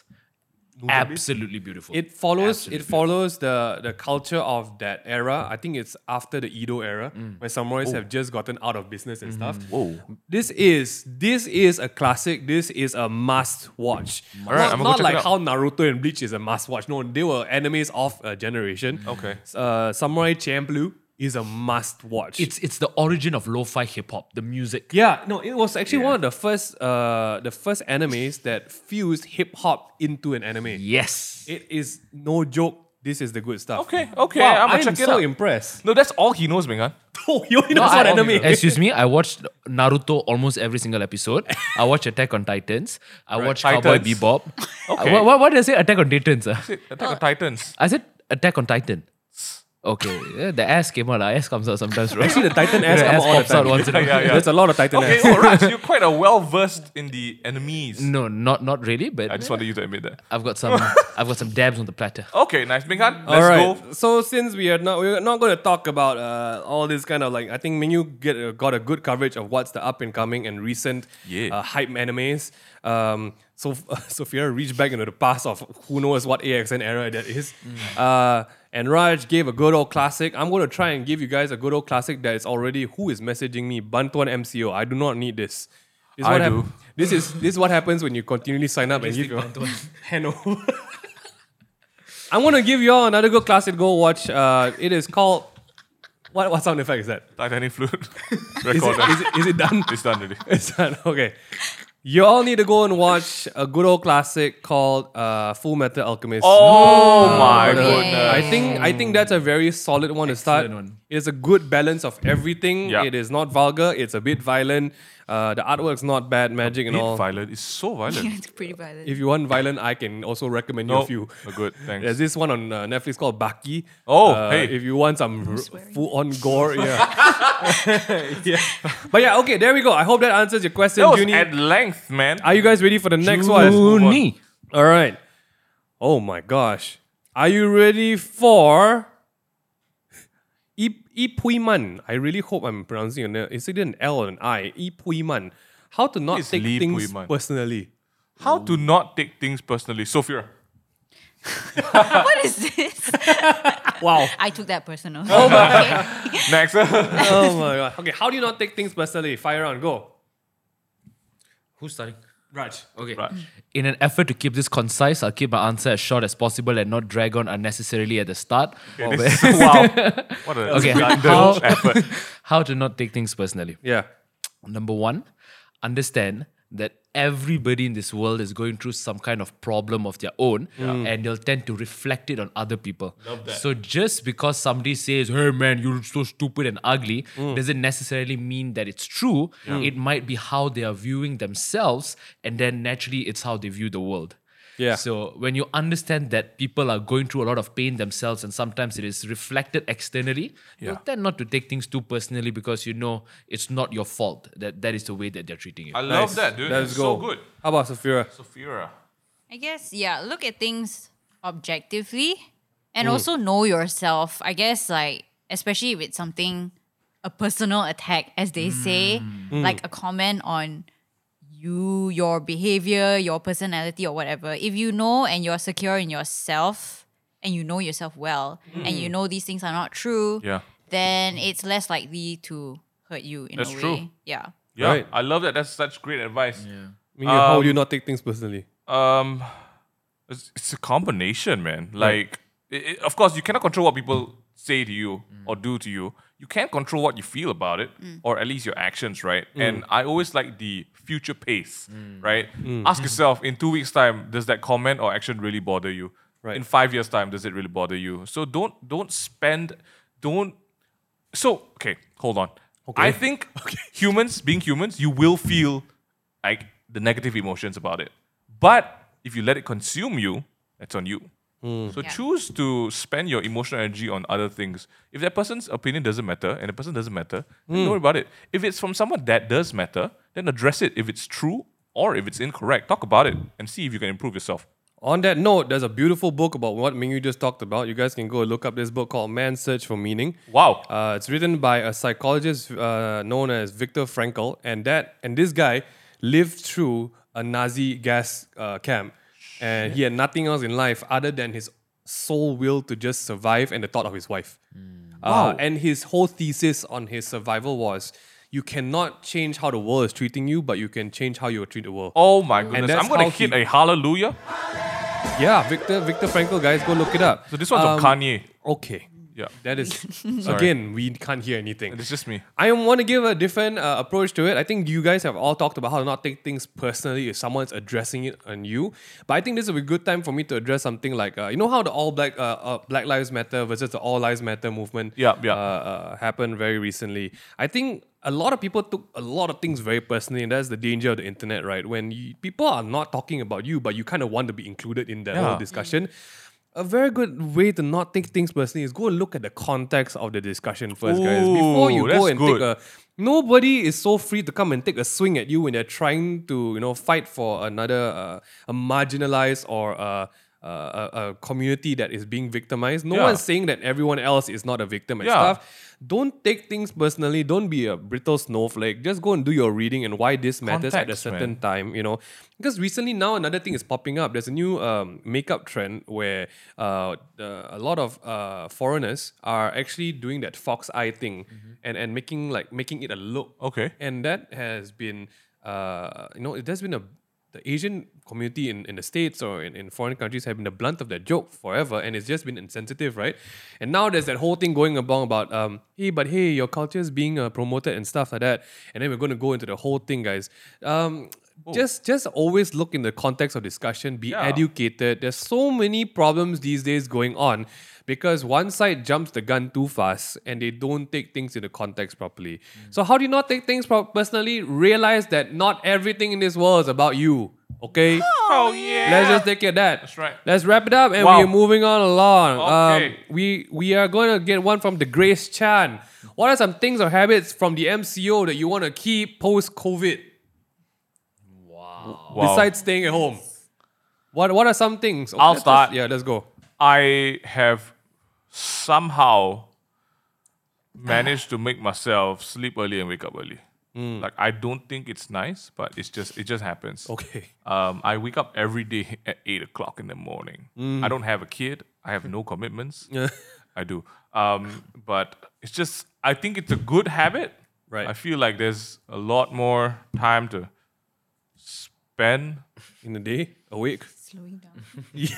[SPEAKER 3] Absolutely beautiful.
[SPEAKER 2] it follows
[SPEAKER 3] Absolutely
[SPEAKER 2] it follows the the culture of that era.
[SPEAKER 1] Mm.
[SPEAKER 2] I think it's after the Edo era where samurais
[SPEAKER 1] Oh.
[SPEAKER 2] have just gotten out of business and stuff.
[SPEAKER 1] Mm-hmm.
[SPEAKER 2] Whoa. This is this is a classic. This is a must watch.
[SPEAKER 1] All right,
[SPEAKER 2] not
[SPEAKER 1] I'm gonna go
[SPEAKER 2] not
[SPEAKER 1] check it
[SPEAKER 2] like
[SPEAKER 1] out.
[SPEAKER 2] how Naruto and Bleach is a must watch. No, they were animes of a generation.
[SPEAKER 1] Mm. Okay.
[SPEAKER 2] Uh, Samurai Champloo is a must watch.
[SPEAKER 3] It's it's the origin of lo-fi hip hop. The music.
[SPEAKER 2] Yeah, no, it was actually one of the first uh the first animes that fused hip hop into an anime.
[SPEAKER 3] Yes.
[SPEAKER 2] It is no joke. This is the good stuff.
[SPEAKER 1] Okay, okay,
[SPEAKER 2] Wow,
[SPEAKER 1] I'ma
[SPEAKER 2] I'm
[SPEAKER 1] check it
[SPEAKER 2] so
[SPEAKER 1] out.
[SPEAKER 2] impressed.
[SPEAKER 1] no, that's all he knows, Mingan.
[SPEAKER 2] Oh, you only know
[SPEAKER 3] No,
[SPEAKER 2] what
[SPEAKER 3] I-
[SPEAKER 2] anime.
[SPEAKER 3] Excuse me, I watched Naruto almost every single episode. I watched Attack on Titans. I watched Cowboy
[SPEAKER 1] Titans.
[SPEAKER 3] Bebop. Uh,
[SPEAKER 1] Okay.
[SPEAKER 3] What, what, what did I say? Attack on Titans. ah?
[SPEAKER 1] Attack on Titans.
[SPEAKER 3] I said Attack on Titan. Okay, yeah, the ass came out. ah. Ass comes out sometimes, right?
[SPEAKER 2] Actually, the Titan ass,
[SPEAKER 3] The
[SPEAKER 2] come
[SPEAKER 3] ass
[SPEAKER 2] all the
[SPEAKER 3] pops out
[SPEAKER 2] time.
[SPEAKER 3] once in a
[SPEAKER 1] Yeah, yeah.
[SPEAKER 2] There's a lot of Titan
[SPEAKER 1] Okay,
[SPEAKER 2] ass.
[SPEAKER 1] oh, Raj, you're quite a well versed in the enemies.
[SPEAKER 3] No, not not really, but
[SPEAKER 1] I just wanted you to admit that.
[SPEAKER 3] I've got some I've got some dabs on the platter.
[SPEAKER 1] Okay, nice, Mingan. Let's
[SPEAKER 2] All right.
[SPEAKER 1] go.
[SPEAKER 2] So since we are not we're not going to talk about uh, all this kind of like I think Mingyu get uh, got a good coverage of what's the up and coming and recent
[SPEAKER 1] Yeah.
[SPEAKER 2] uh, hype animes. Um, so Sophia reached back into the past of who knows what AXN era that is.
[SPEAKER 1] Mm.
[SPEAKER 2] Uh, and Raj gave a good old classic. I'm going to try and give you guys a good old classic that is already who is messaging me Bantuan MCO. I do not need this. This is
[SPEAKER 1] I
[SPEAKER 2] what hap-
[SPEAKER 1] do.
[SPEAKER 2] This is this is what happens when you continually sign up and give your hand over. I'm gonna give y'all another good classic. Go watch. Uh, it is called. What what sound effect is that?
[SPEAKER 1] Titanic flute.
[SPEAKER 2] Is
[SPEAKER 1] Record
[SPEAKER 2] it,
[SPEAKER 1] that.
[SPEAKER 2] is, it, is it done?
[SPEAKER 1] It's done already.
[SPEAKER 2] It's done. Okay. You all need to go and watch a good old classic called uh, Full Metal Alchemist.
[SPEAKER 1] Oh my
[SPEAKER 4] yeah.
[SPEAKER 1] goodness.
[SPEAKER 2] I think I think that's a very solid one to start.
[SPEAKER 3] Excellent one.
[SPEAKER 2] It's a good balance of everything.
[SPEAKER 1] Yeah.
[SPEAKER 2] It is not vulgar. It's a bit violent. Uh, the artwork's not bad. Magic and
[SPEAKER 1] Bit
[SPEAKER 2] all.
[SPEAKER 1] violent. It's so violent.
[SPEAKER 4] it's pretty violent.
[SPEAKER 2] If you want violent, I can also recommend you
[SPEAKER 1] No,
[SPEAKER 2] a few.
[SPEAKER 1] no good. Thanks.
[SPEAKER 2] There's this one on uh, Netflix called Baki.
[SPEAKER 1] Oh,
[SPEAKER 2] Uh,
[SPEAKER 1] hey.
[SPEAKER 2] If you want some
[SPEAKER 4] swearing.
[SPEAKER 2] full on gore, yeah. yeah. But yeah, okay, there we go. I hope that answers your question,
[SPEAKER 1] That was
[SPEAKER 2] Junie.
[SPEAKER 1] at length, man.
[SPEAKER 2] Are you guys ready for the next one?
[SPEAKER 3] Juni.
[SPEAKER 2] All right. Oh my gosh. Are you ready for Ip- Ipuiman? I really hope I'm pronouncing your name. Is it an L or an I? Ipuiman. How to not
[SPEAKER 1] It's
[SPEAKER 2] take
[SPEAKER 1] Lee
[SPEAKER 2] things
[SPEAKER 1] Puiman.
[SPEAKER 2] personally.
[SPEAKER 1] How to not take things personally. Sophia.
[SPEAKER 4] what is this?
[SPEAKER 2] Wow.
[SPEAKER 4] I took that personal. Oh my
[SPEAKER 1] Next.
[SPEAKER 2] oh my god. Okay, how do you not take things personally? Fire on, go.
[SPEAKER 3] Who's starting?
[SPEAKER 2] Raj.
[SPEAKER 3] Okay.
[SPEAKER 1] Raj.
[SPEAKER 3] In an effort to keep this concise, I'll keep my answer as short as possible and not drag on unnecessarily at the start.
[SPEAKER 1] Okay, this is- wow. What a
[SPEAKER 3] Okay, how,
[SPEAKER 1] little effort.
[SPEAKER 3] how to not take things personally.
[SPEAKER 2] Yeah.
[SPEAKER 3] Number one, understand that everybody in this world is going through some kind of problem of their own and they'll tend to reflect it on other people. So just because somebody says, hey man, you're so stupid and ugly, doesn't necessarily mean that it's true. It might be how they are viewing themselves and then naturally it's how they view the world.
[SPEAKER 2] Yeah.
[SPEAKER 3] So when you understand that people are going through a lot of pain themselves and sometimes it is reflected externally, you'll tend not to take things too personally because you know it's not your fault. That that is the way that they're treating you.
[SPEAKER 1] I love
[SPEAKER 2] Nice.
[SPEAKER 1] that, dude.
[SPEAKER 2] That
[SPEAKER 1] That's
[SPEAKER 2] is
[SPEAKER 1] so good.
[SPEAKER 2] How about Safira?
[SPEAKER 1] Sophia.
[SPEAKER 4] I guess, yeah, look at things objectively and also know yourself. I guess, like, especially if it's something, a personal attack, as they say, Mm. like a comment on you, your behavior, your personality, or whatever. If you know and you're secure in yourself and you know yourself well and you know these things are not true,
[SPEAKER 1] Yeah.
[SPEAKER 4] then it's less likely to hurt you in
[SPEAKER 1] That's
[SPEAKER 4] a way.
[SPEAKER 1] true.
[SPEAKER 4] Yeah.
[SPEAKER 1] Yeah,
[SPEAKER 2] Right.
[SPEAKER 1] I love that. That's such great advice.
[SPEAKER 2] I mean, how would you not take things personally?
[SPEAKER 1] Um, it's, it's a combination, man. Like, it, it- of course, you cannot control what people say to you or do to you. You can't control what you feel about it, or at least your actions, right? And I always like the future pace, right? Ask yourself in two weeks' time, does that comment or action really bother you?
[SPEAKER 2] Right.
[SPEAKER 1] In five years' time, does it really bother you? So don't don't spend, don't so okay, hold on. I think humans, being humans, you will feel like the negative emotions about it. But if you let it consume you, that's on you.
[SPEAKER 2] Hmm.
[SPEAKER 1] So
[SPEAKER 4] Yeah.
[SPEAKER 1] choose to spend your emotional energy on other things. If that person's opinion doesn't matter and the person doesn't matter,
[SPEAKER 2] Hmm.
[SPEAKER 1] then don't worry about it. If it's from someone that does matter, then address it if it's true or if it's incorrect. Talk about it and see if you can improve yourself.
[SPEAKER 2] On that note, there's a beautiful book about what Mingyu just talked about. You guys can go look up this book called Man's Search for Meaning.
[SPEAKER 1] Wow.
[SPEAKER 2] Uh, it's written by a psychologist uh, known as Viktor Frankl, and that and this guy lived through a Nazi gas uh, camp, and he had nothing else in life other than his sole will to just survive and the thought of his wife.
[SPEAKER 1] Mm.
[SPEAKER 2] Uh, and his whole thesis on his survival was: you cannot change how the world is treating you, but you can change how you treat the world.
[SPEAKER 1] oh my goodness.
[SPEAKER 2] that's
[SPEAKER 1] I'm gonna
[SPEAKER 2] how
[SPEAKER 1] hit
[SPEAKER 2] he-
[SPEAKER 1] a hallelujah.
[SPEAKER 2] Yeah, Victor Victor Frankl, guys, go look it up.
[SPEAKER 1] So this one's
[SPEAKER 2] Um,
[SPEAKER 1] of Kanye.
[SPEAKER 2] Okay,
[SPEAKER 1] Yeah.
[SPEAKER 2] that is again we can't hear anything.
[SPEAKER 1] It's just me.
[SPEAKER 2] I want to give a different uh, approach to it. I think you guys have all talked about how to not take things personally if someone's addressing it on you. But I think this would be a good time for me to address something like uh, you know how the all black uh, uh, Black Lives Matter versus the All Lives Matter movement
[SPEAKER 1] Yeah, yeah.
[SPEAKER 2] Uh, uh, happened very recently. I think a lot of people took a lot of things very personally, and that's the danger of the internet, right? When you, people are not talking about you, but you kind of want to be included in that whole
[SPEAKER 1] Yeah.
[SPEAKER 2] discussion. A very good way to not take things personally is go look at the context of the discussion first first, guys. Before
[SPEAKER 1] Ooh,
[SPEAKER 2] you go
[SPEAKER 1] that's
[SPEAKER 2] and
[SPEAKER 1] good.
[SPEAKER 2] take a, nobody is so free to come and take a swing at you when they're trying to you know fight for another uh, a marginalized or a, a, a, a community that is being victimized. No
[SPEAKER 1] Yeah.
[SPEAKER 2] one's saying that everyone else is not a victim and
[SPEAKER 1] Yeah.
[SPEAKER 2] stuff. Don't take things personally. Don't be a brittle snowflake. Just go and do your reading and why this matters at a
[SPEAKER 1] Context,
[SPEAKER 2] certain
[SPEAKER 1] man.
[SPEAKER 2] time, you know. Because recently now another thing is popping up. There's a new um, makeup trend where uh, the, a lot of uh, foreigners are actually doing that fox eye thing and, and making like making it a look.
[SPEAKER 1] Okay.
[SPEAKER 2] And that has been, uh, you know, there's been a the Asian community in, in the States or in, in foreign countries have been the blunt of that joke forever and it's just been insensitive, right? And now there's that whole thing going about about um, hey, but hey, your culture is being uh, promoted and stuff like that. And then we're gonna go into the whole thing, guys. Um, just just always look in the context of discussion, be
[SPEAKER 1] Yeah.
[SPEAKER 2] educated. There's so many problems these days going on because one side jumps the gun too fast and they don't take things into context properly. So how do you not take things pro- personally? Realize that not everything in this world is about you. Okay?
[SPEAKER 1] Oh yeah.
[SPEAKER 2] Let's just take it at that. That's
[SPEAKER 1] right.
[SPEAKER 2] Let's wrap it up and
[SPEAKER 1] Wow.
[SPEAKER 2] we're moving on along. Um,
[SPEAKER 1] Okay.
[SPEAKER 2] we we are gonna get one from the Grace Chan. What are some things or habits from the MCO that you want to keep post COVID?
[SPEAKER 1] Wow.
[SPEAKER 2] besides staying at home? What What are some things?
[SPEAKER 1] I'll
[SPEAKER 2] Let's just-
[SPEAKER 1] start.
[SPEAKER 2] yeah, let's go.
[SPEAKER 1] I have somehow managed to make myself sleep early and wake up early.
[SPEAKER 2] Mm.
[SPEAKER 1] Like I don't think it's nice, but it's just it just happens.
[SPEAKER 2] Okay.
[SPEAKER 1] Um, I wake up every day at eight o'clock in the morning.
[SPEAKER 2] Mm.
[SPEAKER 1] I don't have a kid. I have no commitments. I do. Um, but it's just I think it's a good habit.
[SPEAKER 2] Right.
[SPEAKER 1] I feel like there's a lot more time to pen.
[SPEAKER 2] in the day, awake.
[SPEAKER 4] Slowing down.
[SPEAKER 1] Yeah.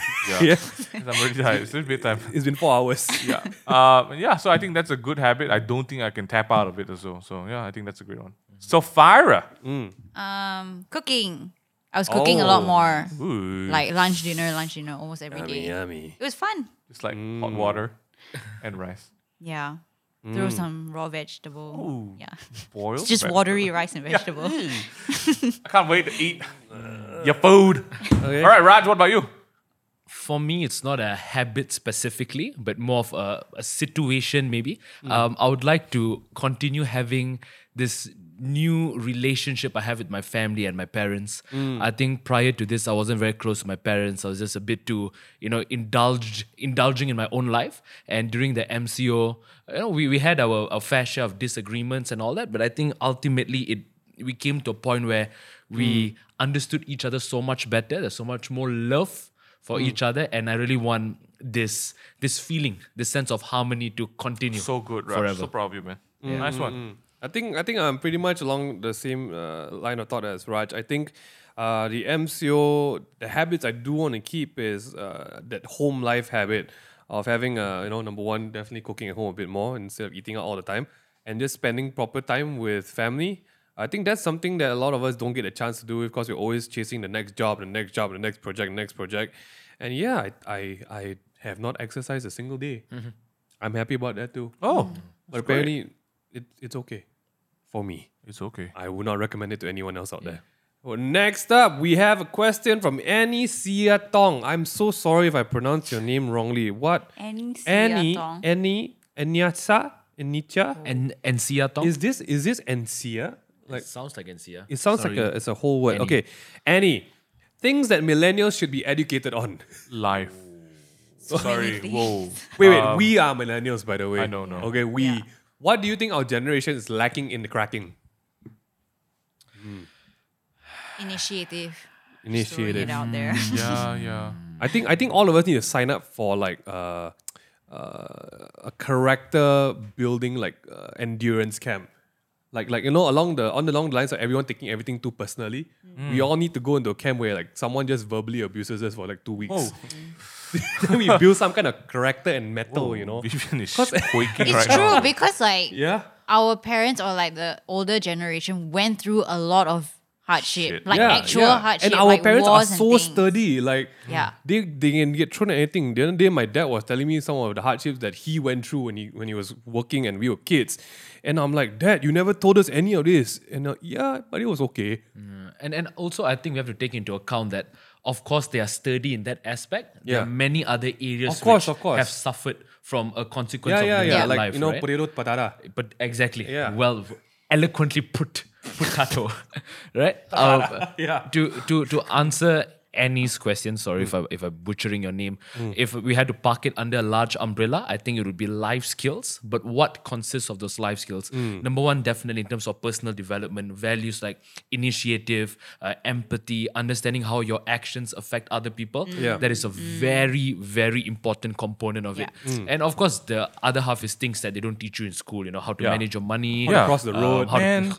[SPEAKER 2] Yeah,
[SPEAKER 1] I'm already tired. It's bedtime.
[SPEAKER 2] it's been four hours.
[SPEAKER 1] Yeah. Um, yeah. So I think that's a good habit. I don't think I can tap out of it as well. So yeah, I think that's a great one. So Fira.
[SPEAKER 4] Um, cooking. I was cooking a lot
[SPEAKER 2] Oh.
[SPEAKER 4] more.
[SPEAKER 1] Ooh.
[SPEAKER 4] Like lunch, dinner, lunch, dinner, almost every
[SPEAKER 2] Yummy,
[SPEAKER 4] day.
[SPEAKER 2] yummy.
[SPEAKER 4] It was fun.
[SPEAKER 1] It's like hot water and rice.
[SPEAKER 4] Yeah. Throw
[SPEAKER 2] Mm.
[SPEAKER 4] some raw vegetable. Yeah.
[SPEAKER 1] Boiled.
[SPEAKER 4] It's just
[SPEAKER 1] veg-
[SPEAKER 4] watery rice and vegetable.
[SPEAKER 2] Mm.
[SPEAKER 1] I can't wait to eat your food.
[SPEAKER 2] Okay.
[SPEAKER 1] All right, Raj. What about you?
[SPEAKER 3] for me, it's not a habit specifically, but more of a, a situation maybe. Um, I would like to continue having this new relationship I have with my family and my parents. I think prior to this, I wasn't very close to my parents. I was just a bit too, you know, indulged, indulging in my own life. And during the MCO, you know, we, we had our, our fair share of disagreements and all that. But I think ultimately it we came to a point where we understood each other so much better. There's so much more love for
[SPEAKER 1] Hmm.
[SPEAKER 3] each other, and I really want this this feeling, this sense of harmony to continue.
[SPEAKER 1] So good, Raj.
[SPEAKER 3] forever.
[SPEAKER 1] So proud of you, man. Mm. Mm-hmm. Nice one.
[SPEAKER 2] I think I think I'm pretty much along the same uh, line of thought as Raj. I think uh, the MCO, the habits I do want to keep is uh, that home life habit of having uh, you know number one definitely cooking at home a bit more instead of eating out all the time, and just spending proper time with family. I think that's something that a lot of us don't get a chance to do because we're always chasing the next job, the next job, the next project, the next project, and yeah, I I, I have not exercised a single day. I'm happy about that too.
[SPEAKER 1] Oh,
[SPEAKER 4] Mm.
[SPEAKER 2] But apparently, it, it's okay for me.
[SPEAKER 1] it's okay.
[SPEAKER 2] I would not recommend it to anyone else out there. Well, next up, we have a question from Annie Sia Tong. I'm so sorry if I pronounce your name wrongly. What?
[SPEAKER 4] Annie Sia
[SPEAKER 2] Annie,
[SPEAKER 4] Tong. Oh.
[SPEAKER 2] Annie, Anyasa, Anicha.
[SPEAKER 3] And and Sia Tom
[SPEAKER 2] Is this is this Ansia? Like
[SPEAKER 3] sounds like Sia.
[SPEAKER 2] it sounds
[SPEAKER 3] Sorry.
[SPEAKER 2] like a it's a whole word.
[SPEAKER 3] Annie.
[SPEAKER 2] Okay, Annie, things that millennials should be educated on.
[SPEAKER 1] Life.
[SPEAKER 4] So many
[SPEAKER 1] Sorry.
[SPEAKER 4] things.
[SPEAKER 1] Whoa.
[SPEAKER 2] Wait, wait, we are millennials, by the way.
[SPEAKER 1] Um, I don't know.
[SPEAKER 2] Okay, we.
[SPEAKER 4] Yeah.
[SPEAKER 2] What do you think our generation is lacking in the cracking?
[SPEAKER 4] Initiative. Just throwing
[SPEAKER 2] Initiative. Mm,
[SPEAKER 4] it out there.
[SPEAKER 1] Yeah, yeah.
[SPEAKER 2] I think I think all of us need to sign up for like uh, uh, a character building like uh, endurance camp. Like like you know along the on the long lines of everyone taking everything too personally,
[SPEAKER 1] Mm.
[SPEAKER 2] we all need to go into a camp where like someone just verbally abuses us for like two weeks.
[SPEAKER 1] Oh,
[SPEAKER 2] then we build some kind of character and metal, you know.
[SPEAKER 1] Vivian is quaking
[SPEAKER 4] It's
[SPEAKER 1] right
[SPEAKER 4] true
[SPEAKER 1] now.
[SPEAKER 4] because like
[SPEAKER 2] Yeah.
[SPEAKER 4] our parents or like the older generation went through a lot of hardship,
[SPEAKER 1] Shit.
[SPEAKER 4] like
[SPEAKER 2] yeah,
[SPEAKER 4] actual
[SPEAKER 2] yeah.
[SPEAKER 4] hardship.
[SPEAKER 2] And our
[SPEAKER 4] like
[SPEAKER 2] parents are
[SPEAKER 4] wars and
[SPEAKER 2] so
[SPEAKER 4] things.
[SPEAKER 2] sturdy. Like
[SPEAKER 4] Yeah.
[SPEAKER 2] they they can get thrown at anything. The other day my dad was telling me some of the hardships that he went through when he when he was working and we were kids. And I'm like, Dad, you never told us any of this. And uh, yeah, but it was okay.
[SPEAKER 3] and and also I think we have to take into account that of course they are sturdy in that aspect. There
[SPEAKER 2] Yeah.
[SPEAKER 3] are many other areas
[SPEAKER 2] Of course,
[SPEAKER 3] which
[SPEAKER 2] of course.
[SPEAKER 3] have suffered from a consequence
[SPEAKER 2] Yeah,
[SPEAKER 3] of
[SPEAKER 2] yeah,
[SPEAKER 3] living
[SPEAKER 2] yeah.
[SPEAKER 3] that
[SPEAKER 2] Like
[SPEAKER 3] life,
[SPEAKER 2] you know,
[SPEAKER 3] right?
[SPEAKER 2] potato patata.
[SPEAKER 3] but exactly
[SPEAKER 2] Yeah.
[SPEAKER 3] well eloquently put putato right um,
[SPEAKER 2] Yeah.
[SPEAKER 3] to to to answer Annie's question, sorry if I if I'm butchering your name. If we had to park it under a large umbrella, I think it would be life skills. But what consists of those life skills? Number one, definitely in terms of personal development, values like initiative, uh, empathy, understanding how your actions affect other people.
[SPEAKER 2] Yeah.
[SPEAKER 3] That is a very very important component of it. And of course, the other half is things that they don't teach you in school. You know how to
[SPEAKER 1] Yeah.
[SPEAKER 3] manage your money,
[SPEAKER 2] How to cross the
[SPEAKER 3] um,
[SPEAKER 2] road.
[SPEAKER 3] how to-
[SPEAKER 1] Man.